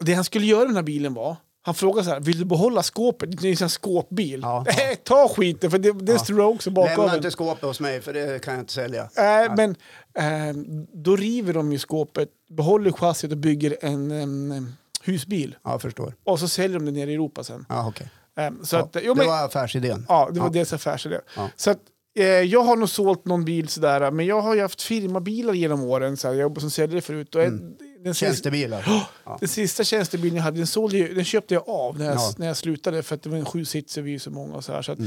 det han skulle göra med den här bilen var, han frågade så här, vill du behålla skåpet? Det är ju en sån här skåpbil.
Ja.
Nej, ta skiten för det, det står också bakom.
Lämna
Nej,
inte skåpet hos mig för det kan jag inte sälja.
men eh, då river de ju skåpet, behåller chassit och bygger en, en husbil.
Ja, jag förstår.
Och så säljer de den nere i Europa sen.
Ja, okej.
Eh, så
Ja,
att, jo, men,
Det var affärsidén.
Ja, det var deras affärsidé.
Ja.
Så att, eh, jag har nog sålt någon bil sådär, men jag har ju haft firmabilar genom åren. Så här, jag jobbade som säljare förut. Och
Mm.
en, den, sista,
Tjänstebilar. Ja.
den sista tjänstebilen jag hade, den, sålde jag, den köpte jag av när jag,
Ja. Mm.
när jag slutade för att det var en sjusitsiga, vi är ju så många och så här. Så att,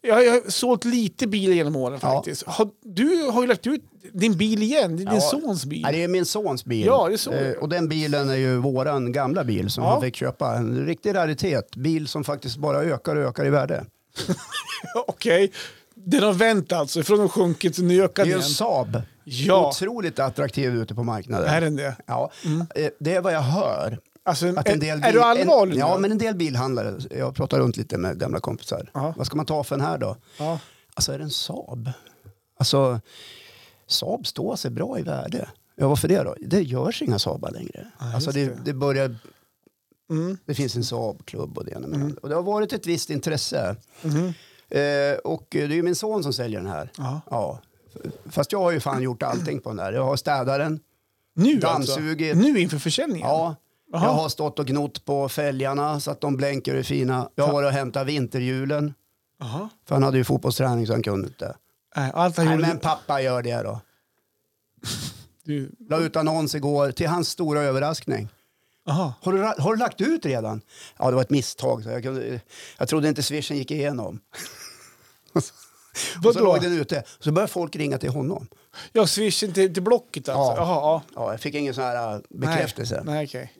Jag jag har sålt lite bilar genom åren
Ja.
faktiskt. Har, du har ju lagt ut din bil igen, det är din
Ja.
sons bil.
Ja, det är min sons bil.
Ja, det är så.
Eh, och den bilen är ju våran gamla bil som
Ja.
han fick köpa. En riktig raritet. Bil som faktiskt bara ökar och ökar i värde.
Okej, den har vänt alltså, från att ha sjunkit till nu ökar
Det är
den.
en Saab.
Ja,
Otroligt attraktiv ute på marknaden.
är Mm. den det?
Ja. Eh, Det är vad jag hör.
Alltså, en,
Att en del
är, är du
bil-
allvarlig?
En,
nu?
ja, men en del bilhandlare. Jag pratar runt lite med gamla kompisar.
Ja.
Vad ska man ta för den här då?
ja.
Alltså är det en Saab? Alltså Saab står sig bra i värde. Ja, varför det då? Det görs inga Saabar längre.
just
alltså det,
det.
det börjar...
Mm.
Det finns en Saab-klubb och det ena med det andra. Och det har varit ett visst intresse.
Mhm.
Eh, och eh, det är ju min son som säljer den här.
Ja.
Ja. F- Fast jag har ju fan gjort allting på den här. Jag har städat den.
Nu
Dammsugit.
alltså? Nu inför försäljningen?
Ja.
Jaha.
Jag har stått och gnott på fälgarna så att de blänker och är fina. Jag har varit och hämtat vinterhjulen.
Jaha.
För han hade ju fotbollsträning så han kunde inte.
Nej, Allt han
Nej,
gjorde...
men pappa gör det då.
Du...
La ut annons igår till hans stora överraskning.
Aha.
Har du, ra- har du lagt ut redan? Ja, det var ett misstag. så Jag, kunde, jag trodde inte swishen gick igenom. Och så
Vadå?
låg den ute. Så började folk ringa till honom.
Ja, swishen till, till Blocket alltså?
Ja.
Jaha, ja.
Ja, jag fick ingen sån här äh, bekräftelse.
Nej, nej okej.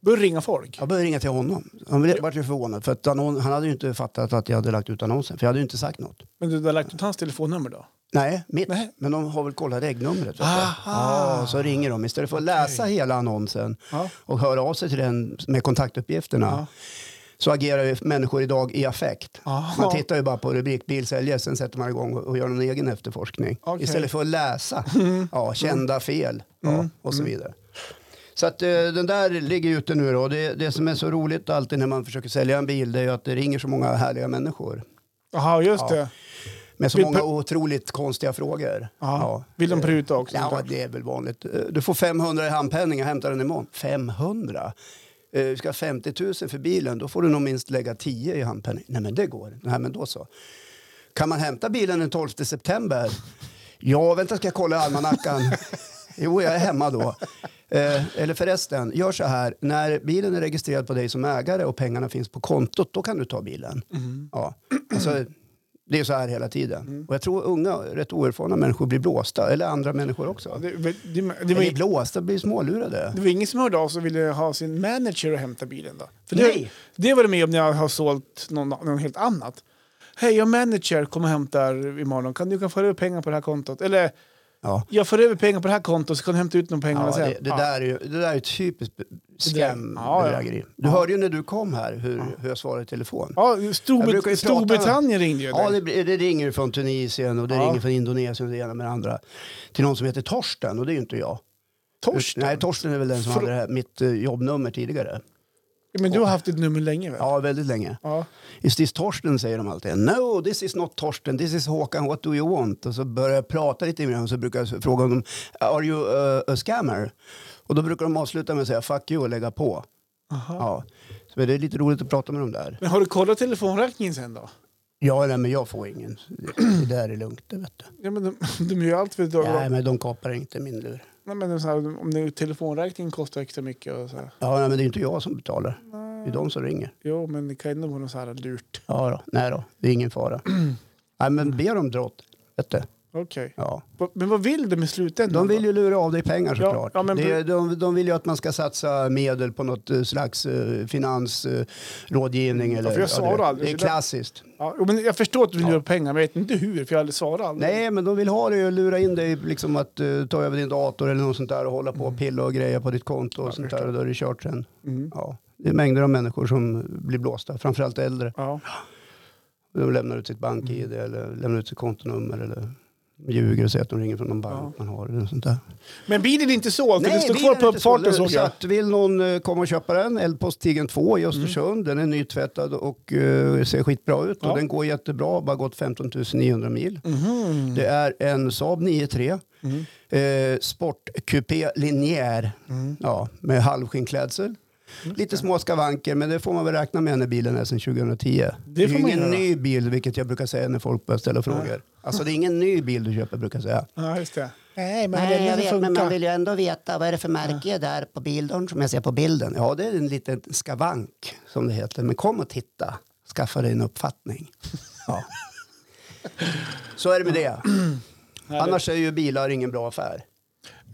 Börja ringa folk?
Jag började ringa till honom. Han blev- vart ju förvånad. För att annons, han hade ju inte fattat att jag hade lagt ut annonsen. För jag hade ju inte sagt något.
Men du, du har lagt ut hans telefonnummer då?
Nej, mitt.
Nej.
Men de har väl kollat regnumret. vet du.
Aha.
Ja, så ringer de. Istället för att läsa hela annonsen
Ja.
och höra av sig till den med kontaktuppgifterna
Ja.
så agerar ju människor idag i affekt.
Aha.
Man tittar ju bara på rubrik bilsäljare, sen sätter man igång och- och gör en egen efterforskning.
Okej. Mm.
Istället för att läsa ja, kända fel ja, och så vidare. Så att eh, den där ligger ute nu då. Det, det som är så roligt alltid när man försöker sälja en bil det är ju att det ringer så många härliga människor.
Jaha, just
Ja.
det.
Med så
Vill
många
pr-
otroligt konstiga frågor.
Ja. Vill de pruta också?
Ja, det är väl vanligt. Eh, Du får 500 i handpenning, jag hämtar den imorgon. 500? Eh, Du ska ha 50 000 för bilen, då får du nog minst lägga 10 i handpenning. Nej, men det går. Nej, men då så. Kan man hämta bilen den 12 september? Ja, vänta ska jag kolla i almanackan. Jo, jag är hemma då. Eh, eller förresten, gör så här. När bilen är registrerad på dig som ägare och pengarna finns på kontot, då kan du ta bilen.
Mm.
Ja. Alltså, det är så här hela tiden. Och jag tror unga, rätt oerfarna människor blir blåsta. Eller andra människor också.
Det, det, det,
Det
det,
blir
var,
blåsta, blir smålurade.
det var ingen som hörde av sig och ville ha sin manager och hämta bilen då? För det,
Nej.
Det var det med om när jag har sålt någon, någon helt annat. Hej, jag är manager, kom och hämtar imorgon. Kan du kan få över pengar på det här kontot? Eller
Ja.
jag får över pengar på det här kontot så kan du hämta ut de pengarna
Ja,
sen.
det, det,
Ja.
där är ju, det där är ju typiskt
Ja, ja.
skämbedrägeri. Du hörde ju när du kom här hur, hur jag svarade i telefon.
Ja,
Jag brukar
Storbrit-
ju prata med-
Storbritannien ringde ju.
Ja,
dig.
det, blir- det ringer ju från Tunisien och det
Ja.
ringer från Indonesien och det ena med det andra. Till någon som heter Torsten och det är ju inte jag.
Torsten?
Nej, Torsten är väl den som
För-
hade det här, mitt eh, jobbnummer tidigare.
Men du har haft ett nummer länge väl?
Ja, väldigt länge.
Ja.
Is this Torsten säger de alltid. No, this is not Torsten, this is Håkan, what do you want? Och så börjar jag prata lite med dem så brukar jag fråga om are you a, a scammer? Och då brukar de avsluta med att säga fuck you och lägga på.
Aha.
Ja. Så det är lite roligt att prata med dem där.
Men har du kollat telefonräkningen sen då?
Ja, nej, men jag får ingen. Det där är lugnt, det vet du.
Ja, men de, de gör ju allt för att
Nej,
Nej.
men de kapar inte min lur.
men de, så här, om det, telefonräkningen kostar extra mycket och så här.
Ja, nej, men det är inte jag som betalar. Det är de som ringer.
Jo, men det kan ändå vara något så här lurt.
Ja då, nej då, det är ingen fara. Nej men be dem dra åt, vet du.
Okej.
Ja.
Va- Men vad vill de i slutändan?
De
då?
vill ju lura av dig pengar
Ja,
såklart.
ja, men-
det, är- de, de vill ju att man ska satsa medel på något eh, slags eh, finansrådgivning. eller,
för jag svarar
ja, du vet.
aldrig,
Det är
för det-
klassiskt.
Ja, jo, men jag förstår att du vill göra pengar, men jag vet inte hur, för jag har aldrig svarat. aldrig.
Nej, men de vill ha dig och lura in dig liksom att eh, ta över din dator eller något sånt där och hålla på och pilla och greja på ditt konto och sånt där och då är det kört sen.
Mm.
Ja. Det är mängder av människor som blir blåsta, framförallt äldre.
Ja.
De lämnar ut sitt bank-id
Mm.
eller lämnar ut sitt kontonummer eller ljuger och säger att de ringer från någon bank man har eller något sånt där.
Men bilen är inte så, för det står
bilen är
kvar på
inte så.
uppfarten såg
Så
jag. Mm.
att vill någon eh, komma och köpa den, Eldposttigen 2 i Östersund, den är nytvättad och eh, ser skitbra ut.
Ja.
Och den går jättebra, bara gått 15 900 mil.
Mhm.
Det är en Saab 9-3,
Mm.
eh, sportcoupé linjär,
Mm.
ja, med halvskinnklädsel. Lite små skavanker, men det får man väl räkna med när bilen är sedan 2010.
Det får
är ju
man
ingen
göra.
ny bil, vilket jag brukar säga när folk börjar ställa frågor. Alltså det är ingen ny bil du köper, brukar jag säga.
Ja, just det. Nej, men
Nej,
den
jag
funkar.
vet, men man vill ju ändå veta vad är det för märke där på bilden som jag ser på bilden. Ja, det är en liten skavank som det heter. Men kom och titta, skaffa dig en uppfattning. Ja. Så är det med det. Annars är ju bilar ingen bra affär.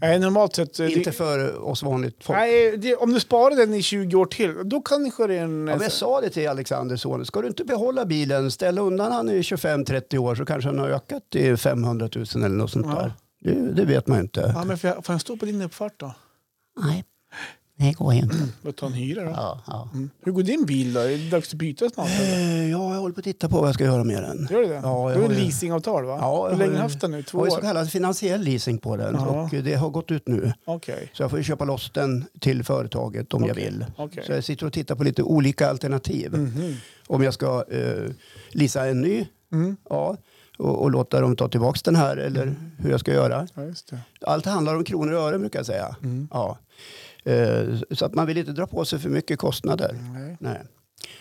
Nej, normalt sett... eh,
Inte
det,
för oss vanligt folk.
nej, det, om du sparar den i 20 år till, då kanske det är en...
Ja, men jag sa det till Alexander son, ska du inte behålla bilen, ställ undan han i 25-30 år så kanske han har ökat till 500 000 eller något sånt
Ja.
där. Det, det vet man ju inte.
Ja, men får, jag, får jag stå på din uppfart då?
Nej, det går ju inte.
Då tar en hyra då.
Ja, ja.
Mm. Hur går din bil då? Är det dags att byta snart? eller?
Eh, Ja, jag håller på att titta på vad jag ska göra med den.
Gör du det?
Ja, jag
du har
har
ett
ju-
leasingavtal va?
Ja, jag
Hur länge
har ju-
har haft den nu? Två
Jag har ju så
år?
kallad finansiell leasing på den
Ja.
och det har gått ut nu.
Okej.
Så jag får ju köpa loss den till företaget om jag
Okej.
vill.
Okej. Mhm.
Så jag sitter och tittar på lite olika alternativ. Om jag ska eh, leasa en ny
Mm.
ja, och, och låta dem ta tillbaka den här eller hur jag ska göra.
Ja, just det.
Allt handlar om kronor och ören brukar jag säga.
Mm.
Ja. Eh, så att man vill inte dra på sig för mycket kostnader.
Nej.
Nej.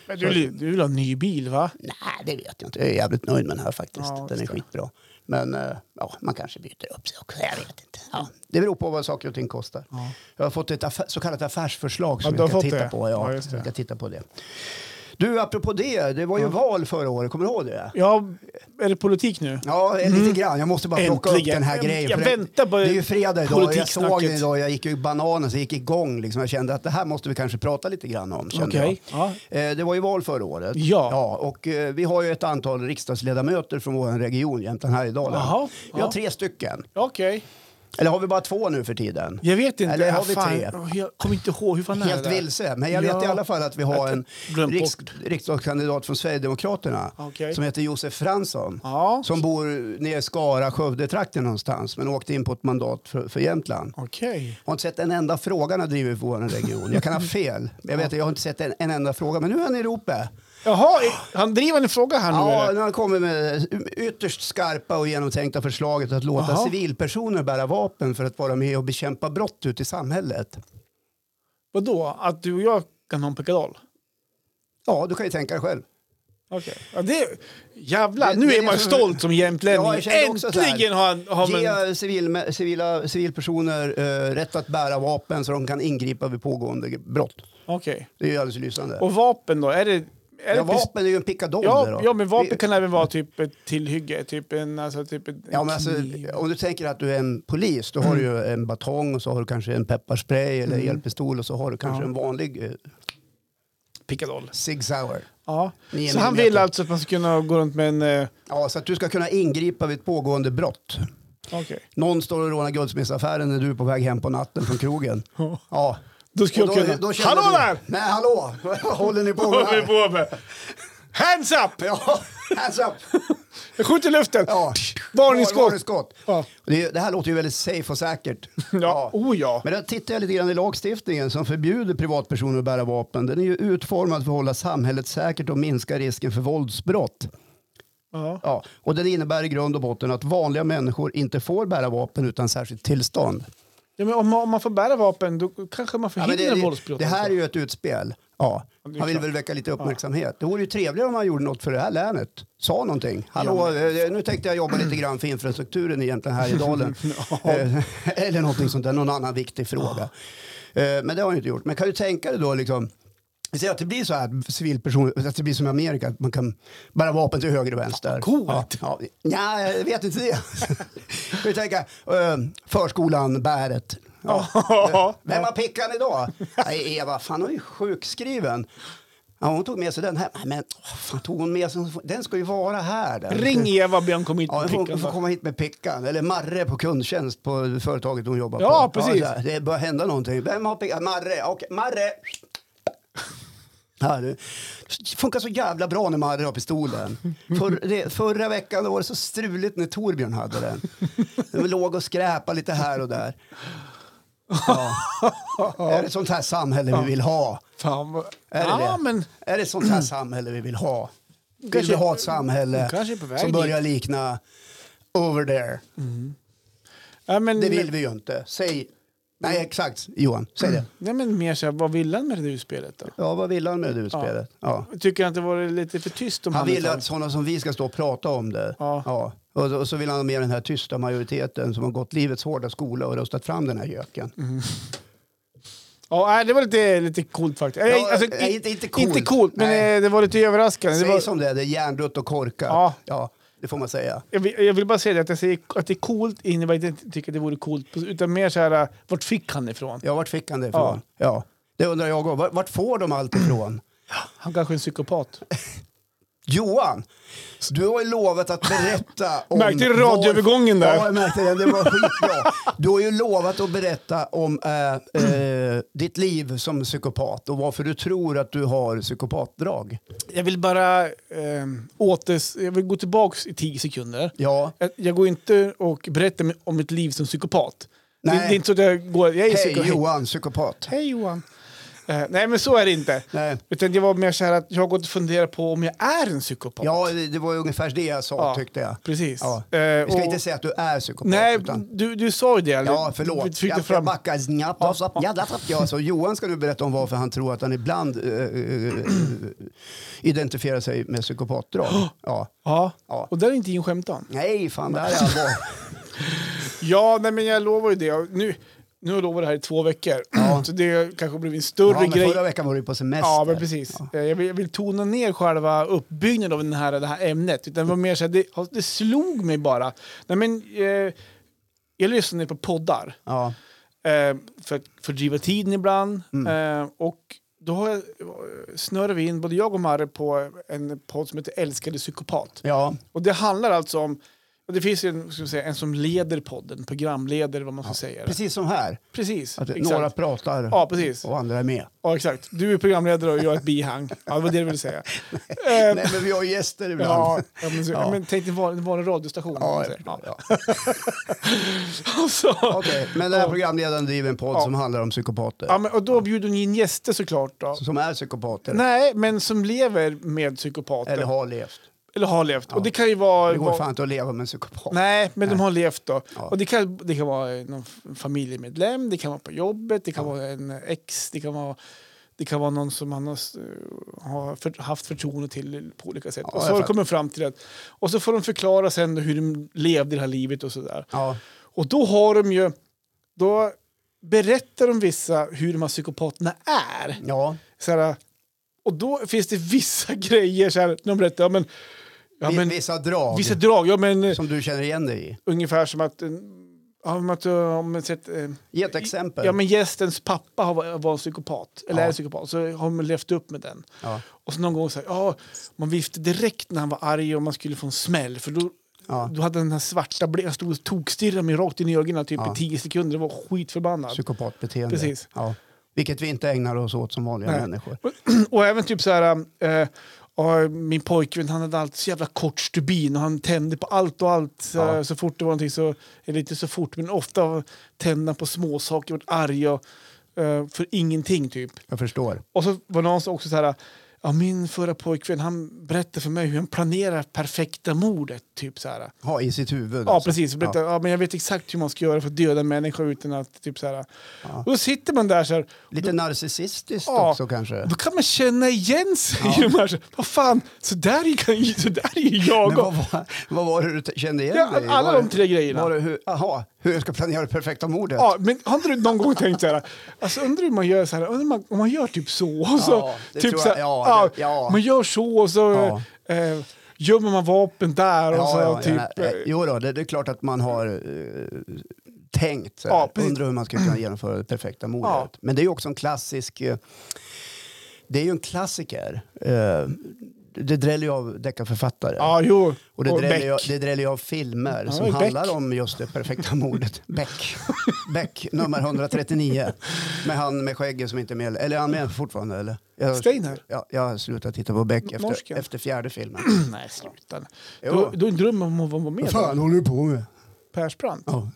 Men du, vill- du vill ha en ny bil va?
Nej, det vet jag inte. Jag är jävligt nöjd med den här faktiskt.
Ja,
den är
just det.
skitbra. Men eh, ja, man kanske byter upp sig också. Jag vet inte. Ja, det beror på vad saker och ting kostar.
Ja.
Jag har fått ett affär, så kallat affärsförslag
Ja,
som
du
jag
har
ska
fått
titta
det?
på.
Ja,
Ja,
just det.
jag ska titta på det. Du, apropå det. Det var ju val förra året. Kommer du ihåg det?
Ja, är det politik nu?
Ja, eh, lite grann. Jag måste bara plocka upp
Mm. Äntligen.
den här
Jag-
grejen.
jag
för det-
väntar på
det är ju fredag idag. och Jag såg
politiksnacket.
den idag. Jag gick ju bananen, så jag gick igång. Liksom. Jag kände att det här måste vi kanske prata lite grann om. kände
Okej.
jag.
Ja.
Eh, Det var ju val förra året.
Ja.
och eh, vi har ju ett antal riksdagsledamöter från vår region, Jämtland Härjedalen.
Jaha,
Vi har
ja.
tre stycken.
Okej.
Eller har vi bara två nu för tiden?
Jag vet inte.
Eller har
Ja,
vi
fan,
tre?
åh, Jag kommer inte ihåg. Hur fan är det
Helt
där?
vilse. Men jag
Ja.
vet i alla fall att vi
Jag
har en
glömt
riks
bort.
riksdagskandidat från Sverigedemokraterna
Okej.
som heter Josef Fransson.
Ja.
Som bor nere i Skara, Skövde-trakten någonstans men åkte in på ett mandat för, för Jämtland.
Okej.
Jag har inte sett en enda fråga han har drivit för vår region. Jag kan ha fel. Jag vet att jag har inte sett en, en enda fråga. Men nu är han i Europa.
Jaha, är- han driver en fråga här nu
Ja,
eller?
när han kommer med ytterst skarpa och genomtänkta förslaget att låta
Jaha.
civilpersoner bära vapen för att vara med och bekämpa brott ute i samhället.
Vadå? Att du och jag kan ha en pickadoll?
Ja, du kan ju tänka dig själv.
Okej. Ja, det, jävlar,
Det-
nu
det
är
är
man
som-
stolt som jämtlänning.
Ja, jag känner också så här.
Äntligen har han... Har man,
Ge civil, civila, civilpersoner eh, rätt att bära vapen så de kan ingripa vid pågående brott.
Okej.
Det är ju alldeles lysande.
Och vapen då? Är det... Är
ja,
det pist-
vapen är ju en pickadoll. det
ja,
då.
ja, men
Det-
vapen kan även vara typ ett tillhygge. Typ en, alltså, typ en
Ja, men alltså,
kniv.
om du tänker att du är en polis, då har du ju en batong och så har du kanske en pepparspray eller elpistol och så har du kanske
Mm. Ja.
en vanlig eh,
Pickadoll.
Sig Sauer.
Ja.
Nio
Så han
millimeter.
vill alltså att man ska kunna gå runt med en... eh,
Ja, så att du ska kunna ingripa vid ett pågående brott.
Okej.
Någon står och rånar guldsmedsaffären när du är på väg hem på natten från krogen. Ja.
Då ska
Och
jag kunna...
känner
Hallå
du-
där!
Nej, hallå! Vad håller ni på
Vad
med?
håller vi
här?
på med? Hands up!
Ja, hands up!
Jag skjuter i luften.
Ja.
Varningsskott.
Varningsskott.
Ja.
Det, det här låter ju väldigt safe och säkert.
Ja, oh ja.
Men då tittar jag lite grann i lagstiftningen som förbjuder privatpersoner att bära vapen. Den är ju utformad för att hålla samhället säkert och minska risken för våldsbrott.
Ja.
Ja. Och den innebär i grund och botten att vanliga människor inte får bära vapen utan särskilt tillstånd.
Ja, men om, man- om man får bära vapen då kanske man
Ja,
förhindrar
men det, det,
våldsbrott.
det här är
också.
ju ett utspel. Ja.
det är
Han vill
klart.
väl väcka lite uppmärksamhet. Det vore ju trevligare om han gjorde något för det här länet. Sa någonting. Hallå,
Ja,
eh, nu tänkte jag jobba lite grann för infrastrukturen egentligen här i Dalen. Eh, Eller någonting sånt där, någon annan viktig fråga. Eh, Men det har han ju inte gjort. Men kan du tänka dig då liksom Vi säger att det blir så här, civilperson, att det blir som i Amerika, att man kan bära vapen till höger och vänster.
coolt.
Ja, ja, ja, jag vet inte det. Vi tänker, eh, förskolan, bäret. Ja.
Ja.
Vem var pickan idag? Nej, Eva, fan hon är ju sjukskriven. Ja, hon tog med sig den här. Nej, Men åh, fan tog hon med sig den? Den ska ju vara här. Den.
Ring Eva och be hon komma hit
Ja,
med
hon får,
pickan.
hon får
bara.
komma hit med pickan, eller Marre på kundtjänst på företaget hon jobbar
Ja,
på.
precis.
så här, det börjar hända någonting. Vem har pickan? Marre, okej, Marre! Ja, det funkar så jävla bra när Marre har pistolen. För, det, förra veckan då var det så struligt när Torbjörn hade den. Den låg och skräpade lite här och där. Ja. Är det sånt här samhälle vi vill ha?
Fan, vad-
Är det
ja,
det?
men
Är det sånt här samhälle vi vill ha? Vill
Kanske- Mm,
vi ha ett samhälle
kanske är på väg
som börjar likna over there?
Ja, men,
Det vill vi ju inte. Säg... Nej,
Mm.
exakt, Johan. Säg det.
Nej, men mer så här, vad ville han med det utspelet då?
Ja, vad vill han med det utspelet? Ja.
Tycker han att det var lite för tyst om
Han
ett
vill
tag?
att sådana som vi ska stå och prata om det.
Ja.
Och, så- och så vill han ha med den här tysta majoriteten som har gått livets hårda skola och röstat fram den här göken.
Mm. Ja, nej, det var lite, lite coolt faktiskt.
Ja,
Ja, alltså,
nej,
i-
inte- inte coolt.
Inte coolt, men
Nej.
eh, det var lite överraskande. Det
Säg
var,
som det är, det är järnrutt och korkar.
Ja.
ja, det får man säga.
jag, vill, jag vill bara säga det, att jag säger att det är coolt innebär inte att jag tycker att det vore coolt, utan mer så här, eh, vart fick han ifrån?
Ja, vart fick han det ifrån? Ja. Det undrar jag också. Vart- Vart får de allt ifrån?
Han kanske är en psykopat.
Johan, du har ju lovat att berätta om...
Märkte du radioövergången
var-
där?
Ja, jag märkte den. Det var skitbra. Du har ju lovat att berätta om eh, eh, ditt liv som psykopat och varför du tror att du har psykopatdrag.
Jag vill bara eh, åter, jag vill gå tillbaka i tio sekunder.
Ja,
Jag, jag går inte och berättar mi- om mitt liv som psykopat. Det, det
Nej.
är inte så att jag går, jag är
hej
psyko-
Johan, psykopat.
Hej Johan. Eh, nej, men så är det inte.
Nej.
Utan det var mer så här att jag har gått och funderat på om jag är en psykopat.
Ja, det det var ungefär det jag sa tyckte jag.
Precis.
Ja.
Eh,
Vi ska
och-
inte säga att du är psykopat.
Nej,
utan...
du, du sa ju det. eller?
Ja, förlåt.
Du fick det
jag, jag
fram.
backar. Njapp, ja. så- jävla trapp. Ja, så Johan ska nu berätta om varför han tror att han ibland eh, eh, eh, identifierar sig med psykopatdrag. Ja.
Ja.
Ja.
och där är inte in skämt om.
Nej, fan, det här är allvar.
Ja, nej, men jag lovar ju det. Och Nu, nu har jag lovat det här i två veckor. Så det kanske blir en
Ja,
större
men
grej.
förra veckan var du på semester.
Ja, men precis. Eh, Jag vill, jag vill tona ner själva uppbyggnaden av den här, det här ämnet. Utan det, var mer så här, det, det slog mig bara. Nej, men, eh, jag lyssnade på poddar.
Ja.
eh, för att fördriva tiden ibland.
Mm.
Eh, och då har jag, snurrar vi in, både jag och Marre, på en podd som heter Älskade psykopat.
Ja.
Och det handlar alltså om, och det finns ju en, ska vi säga, en som leder podden, programleder vad man ska säga. Precis,
precis som här. Att
exakt.
några pratar
Ja, precis.
och andra är med.
Ja, exakt. Du är programledare och jag är ett bihang. Ja, det var det du ville säga. Eh,
Nej, men vi har gäster ibland.
Ja, ja, men, så,
Ja.
men tänk dig en van- en vanlig radiostation.
Ja,
ja.
ja.
Och så-
Okej, men den här programledaren driver en podd
Ja.
som handlar om psykopater.
ja, men, och då bjuder ni in gäster såklart. Då.
Som är psykopater.
Nej, men som lever med psykopater.
Eller har levt.
Eller har levt. Och det kan ju vara...
Det går
vara-
fan inte att leva med en psykopat.
Nej, men de har levt då.
Ja.
Och det kan, det kan vara någon f- familjemedlem, det kan vara på jobbet, det kan vara en ex, det kan vara, det kan vara någon som man har, s- har för, haft förtroende till på olika sätt. och så
jag
har de
fattar.
kommit fram till att, och så får de förklara sen hur de levde det här livet och sådär.
Ja.
Och då har de ju, då berättar de vissa hur de här psykopaterna är.
Ja.
Så här, och då finns det vissa grejer, så här, när de berättar, ja, men, ja,
Vi-
men,
Vissa drag
vissa drag, ja men eh,
som du känner igen dig i.
ungefär som att, eh, ja, men att eh, om man sett, eh,
Ge ett exempel.
ja, men gästens pappa har, var en psykopat, eller
Ja.
är en psykopat, så har man levt upp med den.
Ja.
Och så någon gång så här, ja, man visste direkt när han var arg och man skulle få en smäll, för då,
Ja.
då hade den här svarta blicken, han stod och tokstirrade mig rakt in i ögonen typ i tio sekunder, det var skitförbannad.
Psykopatbeteende.
Precis.
Ja. Vilket vi inte ägnar oss åt som vanliga människor.
Och även typ så här, eh, ja, min pojkvän han hade alltid så jävla kort stubin och han tände på allt och allt. Så,
Ja.
så fort det var någonting så, eller inte så fort, men ofta tände han på småsaker, vart arg och, eh, för ingenting typ.
Jag förstår.
Och så var någon som också så här, ja, min förra pojkvän han berättade för mig hur han planerar perfekta mordet. Typ så här.
Ha i sitt huvud.
Ja,
alltså.
precis. Berätta, ja. men jag vet exakt hur man ska göra för att döda en människa utan att typ så här. Och då sitter man där så här,
Lite narcissistiskt
Ja.
också kanske.
då kan man känna igen sig i de här. så- Vad fan, så där är, ju- så där är ju jag.
Men vad, var, vad var det du t- kände igen
Ja,
dig i?
alla
Var
de
det-
tre grejerna.
Var det hur, aha, hur jag ska planera det perfekta mordet.
Ja, men har inte du någon gång tänkt så här, alltså undrar hur man gör så här, undrar om man, om man gör typ så och så,
Ja, det
typ
tror
så här,
jag. Ja, det- ja.
man gör så och så eh, gömmer man vapen där och så
Ja,
här,
ja,
typ.
ja,
eh,
nej, jo då, det, det är klart att man har eh, tänkt, så här.
Ja, precis.
undrar hur man ska kunna genomföra det perfekta mordet.
Ja.
Men det är ju också en klassisk, eh, det är ju en klassiker. Eh, det dräller ju av deckarförfattare.
Ja, jo.
Och det dräller,
Beck.
ju, det dräller ju av filmer
Ja,
som
Beck.
handlar om just det perfekta mordet. Beck. Beck, nummer 139. Med han med skägget som inte är med. Eller är han med fortfarande? Eller? Jag,
Steiner?
Ja, jag har slutat titta på Beck efter,
Norsken.
efter fjärde filmen.
Nej, sluta.
Jo.
Då, då är en dröm om att vara med.
Vad fan håller du på med?
Persbrandt.
Ja.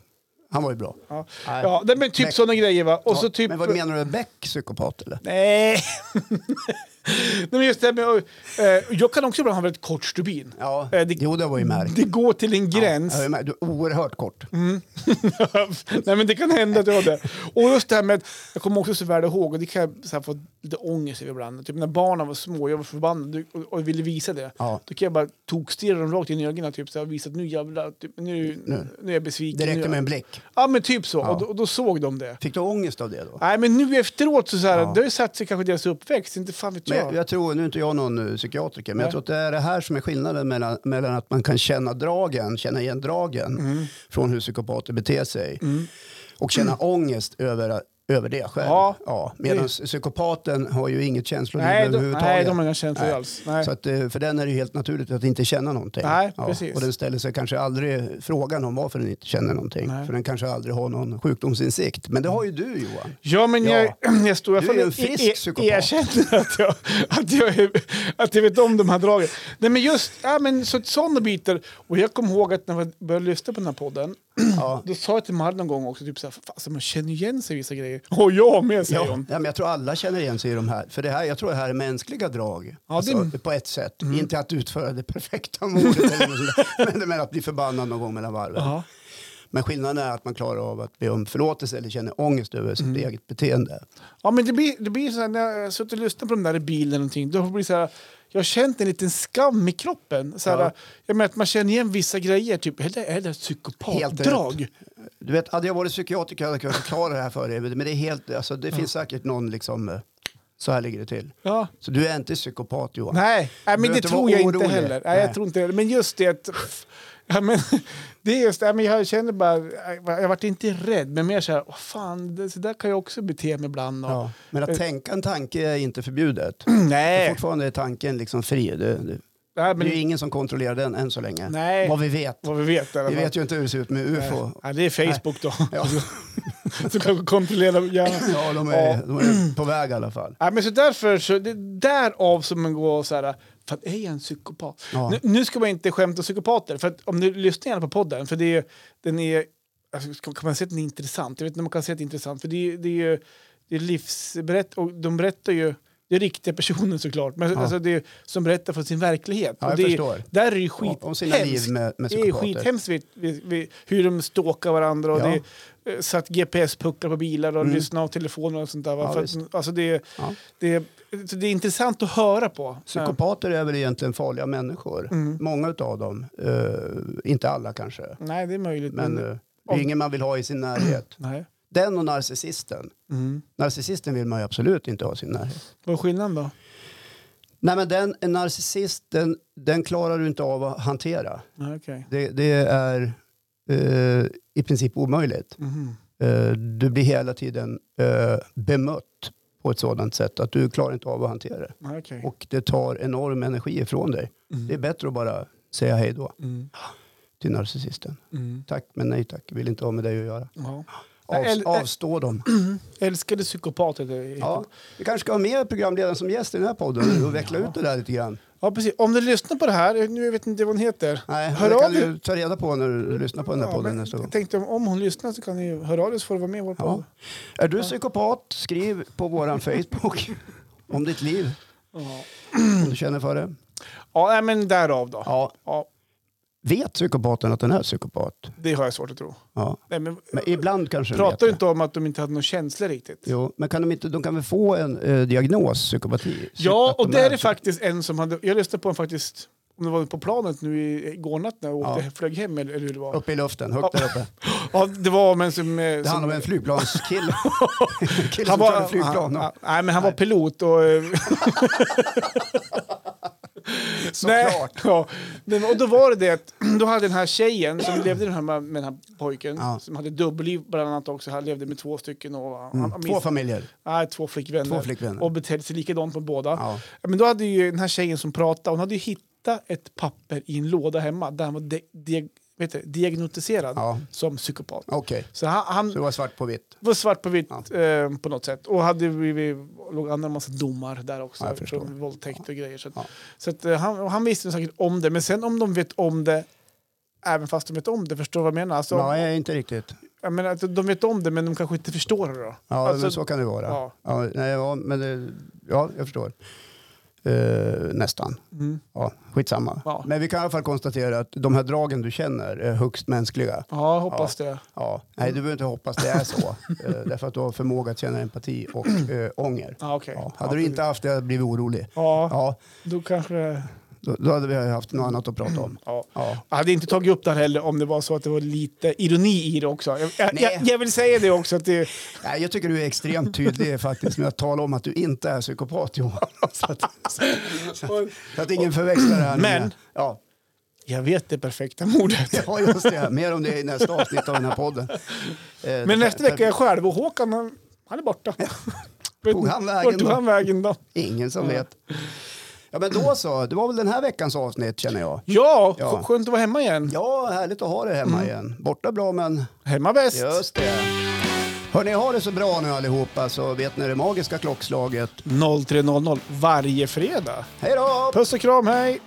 Han var ju bra.
Ja,
Nej.
ja nej, men typ
Beck.
sådana grejer va. Och
Ja,
så typ...
Men vad menar du? Beck psykopat eller?
Nej. nej, men just det här med... eh, Jag kan också ibland ha väldigt kort stubin.
Ja,
Eh, det-
jo det var ju märkt.
Det går till en gräns. Mm,
Ja, jag märkte. Du är oerhört kort.
Nej men det kan hända att jag har det. Och just det här med, jag kommer också så väl ihåg, och det kan jag så här få lite ångest över ibland. Typ när barnen var små, jag var förbannad och, och ville visa det.
Ja.
Då kan jag bara tokstirra dem rakt in i ögonen typ, så här, och visa att nu jävlar, typ, nu, nu. är jag besviken.
Det
nu
räckte
är-
med en blick.
Ja men typ så,
Ja.
och, då, och då såg de det.
Fick du ångest av det då?
Nej men nu efteråt så, så här,
Ja.
det har ju satt sig kanske i deras uppväxt, inte fan vet
Men
jag.
jag, jag tror, nu är inte jag någon eh, psykiatriker, men
Nej.
jag tror att det är det här som är skillnaden mellan, mellan att man kan känna dragen, känna igen dragen
Mm.
från hur psykopater beter sig och känna ångest över, över det själv.
Ja.
Ja. Medan psykopaten har ju inget känsloliv
nej, de,
överhuvudtaget.
nej, de har inga känslor
Nej.
alls. Nej.
Så att, eh, för den är det ju helt naturligt att inte känna någonting.
Nej, precis.
Och den ställer sig kanske aldrig frågan om varför den inte känner någonting.
Nej.
För den kanske aldrig har någon sjukdomsinsikt. Men det har ju du Johan.
Ja, men
Ja.
jag, jag står i alla
Du är
fall
ju en frisk psykopat.
erkänner att jag, att, jag, är- att jag vet om de här dragen. Nej, men just ja, men, så, sådana bitar. Och jag kommer ihåg att när jag började lyssna på den här podden,
Ja.
då sa jag till Mari någon gång också, typ så här, "Fan, alltså, man känner igen sig i vissa grejer. Och jag med, säger
Ja,
hon.
ja, men jag tror alla känner igen sig i de här. För det här, jag tror det här är mänskliga drag.
Ja,
alltså,
det- Mm.
På ett sätt. Inte att utföra det perfekta mordet. eller något sånt där. men, men att bli förbannad någon gång mellan varven.
Ja.
Men skillnaden är att man klarar av att be om förlåtelse eller känner ångest över sitt
Mm.
eget beteende.
Ja, men det blir, det blir så här, när jag har suttit och lyssnat på de där i bilen, och någonting, då blir det så här, jag har känt en liten skam i kroppen. Så här,
Ja.
Jag menar att man känner igen vissa grejer, typ, är det, är det ett psykopatdrag?
Du vet, hade jag varit psykiatriker hade jag kunnat förklara det här för dig. Men det, är helt, alltså, det finns säkert någon liksom, eh, så här ligger det till.
Ja.
Så du är inte psykopat Johan.
Nej, nej men
behöver
det
inte
tror
vara
jag inte
orolig.
heller. Nej,
Nej.
jag tror inte heller. Men just det att... Ja, men, det är just, ja, men jag känner bara, jag vart inte rädd, men mer så här, åh, fan, det, så där kan jag också bete mig ibland. Och,
Ja. Men att tänka en tanke är inte förbjudet.
Eh. Nej,
Fortfarande är tanken liksom fri. Det, det,
nej,
det är ju
men,
ingen som kontrollerar den än så länge.
Nej.
Vad vi vet.
vad vi vet. i alla
Vi
fall.
vet ju inte hur det ser ut med UFO.
Ja, det är Facebook då,
Ja,
som kanske kontrollerar hjärnan.
ja, de,
Ja.
är, de är på väg i alla fall.
Ja, men så därför, så, det är därav som man går så här, fan är jag en psykopat?
Ja.
Nu, nu ska man inte skämta om psykopater, för att om du lyssnar gärna på podden, för det är, ju- den är, alltså, ska- kan man säga att den är intressant? Jag vet inte om man kan säga att det är intressant, för det är, det är ju det är livsberätt, och de berättar ju, det är riktiga personer såklart, men
Ja.
alltså, det är, som berättar från sin verklighet.
Ja,
och
jag
det Är,
förstår.
där är det
Om-
ju skithemskt.
Om sina liv med, med
Det är
psykopater.
skithemskt vid, vid, vid, hur de stalkar varandra och
Ja.
det är, eh, satt GPS-puckar på bilar och
Mm.
lyssnar av telefoner och sånt där. va?
Ja,
för
visst.
att, alltså det, är-
Ja.
det, är- så det är intressant att höra på.
Psykopater är väl egentligen farliga människor.
Mm.
Många av dem. Eh, inte alla kanske.
Eh, Nej, det är möjligt.
Men
men,
eh, det är ingen man vill ha i sin närhet.
nej.
Den och narcissisten.
Mm.
Narcissisten vill man ju absolut inte ha i sin närhet.
Vad är skillnaden då?
Nej, men den en narcissist, den, den klarar du inte av att hantera.
Nej, okej.
Det, det är eh, i princip omöjligt.
Mhm.
Eh, du blir hela tiden eh, bemött på ett sådant sätt att du klarar inte av att hantera det.
Nej, okej.
Och det tar enorm energi ifrån dig.
Mm.
Det är bättre att bara säga hej då
Mm.
till narcissisten.
Mm.
Tack, men nej tack. Vill inte ha med dig att göra.
Ja.
Avs,
Eller-
avstå dem.
Älskade psykopater. Det är...
Ja, vi kanske ska ha med programledaren som gäst i den här podden och veckla ut det där lite grann.
ja, precis. Om du lyssnar på det här, nu vet jag inte vad hon heter.
Nej,
Hör
det
av
kan
dig.
du ta reda på när du lyssnar på den här
Ja,
podden
men
nästa gång.
jag tänkte om, om hon lyssnar så kan ni ju höra av er så får du vara med i vår
Ja.
podd.
Är du psykopat, skriv på våran Facebook om ditt liv,
Ja.
om du känner för det.
Ja, nej, men därav då.
Ja.
Ja,
Vet psykopaten att den är psykopat?
det har jag svårt att tro.
Ja.
Nej, men,
Men ibland kanske de vet
pratar
det.
du inte om att de inte hade någon känsla riktigt?
Jo, men kan de, inte, de kan väl få en eh, diagnos, psykopati?
Ja,
Att
och
de
det är det
psyko-
faktiskt en som hade... Jag lyssnade på en faktiskt om det var på planet nu i igår natt när jag åkte,
Ja.
flög hem eller, eller hur det var.
Uppe i luften, högt där uppe.
Ja, det var men som... eh,
Det
som
handlar om en flygplanskille. En kille som körde flygplan.
han- nej, men han var pilot och... eh,
Såklart.
ja. Men, och då var det det att då hade den här tjejen som levde den här med, med den här pojken,
Ja.
som hade dubbelliv bland annat också, han levde med två stycken och... Han, han
Mm. Två
minns-
familjer.
Nej, två flickvänner.
Två flickvänner.
Och betedde sig likadant på båda.
Ja.
Men då hade ju den här tjejen som pratade, hon hade ju hittat ett papper i en låda hemma där han var de- diag- vet du, diagnostiserad
Ja.
som psykopat.
Okej,
Så han, han
så det var svart på vitt.
var svart på vitt
Ja.
eh, på något sätt. Och hade blivit, låg andra massa domar där också.
Ja, jag förstår.
från våldtäkt och grejer. Så, att,
Ja.
så att, eh, han, och han visste säkert om det. Men sen om de vet om det, även fast de vet om det, förstår du vad jag menar? Alltså,
Nej, inte riktigt.
Jag menar att de vet om det, men de kanske inte förstår det då.
Ja,
Alltså,
men så kan det vara. Ja.
ja.
nej, ja, men det, ja, jag förstår. Eh, nästan.
Mm.
Ja, skitsamma.
Ja.
Men vi kan i alla fall konstatera att de här dragen du känner är högst mänskliga.
Ja, jag hoppas det.
Ja. Nej, du behöver inte hoppas det är så. eh, därför att du har förmåga att känna empati och eh, ånger.
Ja, okej.
Ja.
Ja,
Hade du
precis.
inte haft det hade du blivit orolig.
Ja,
Ja,
då kanske det...
då, då hade vi haft något annat att prata om.
Ja.
Ja.
Jag hade inte tagit upp det här heller om det var så att det var lite ironi i det också. Jag, jag,
Nej.
jag, jag vill säga det också. Att det,
Nej, jag tycker du är extremt tydlig faktiskt med att tala om att du inte är psykopat Johan. Så att, så att ingen förväxlar det här. nu
Men-
med- Ja.
jag vet det perfekta mordet.
Ja, just det. Mer om det i nästa avsnitt av den här podden. Eh, det
Men
kan-
nästa vecka är jag själv och Håkan han, han är borta. Vet
Tog
ni-
han vägen
Vart tog
då?
han vägen då?
Ingen som vet. Ja, men då så. Det var väl den här veckans avsnitt känner jag.
Ja,
Ja.
skö- skönt att vara hemma igen.
Ja, härligt att ha det
Mm.
hemma igen. Borta bra, men
Hemma bäst.
just det. Hörni, ha det så bra nu allihopa så vet ni det magiska klockslaget.
03.00 varje fredag.
Hej då!
Puss och kram, hej!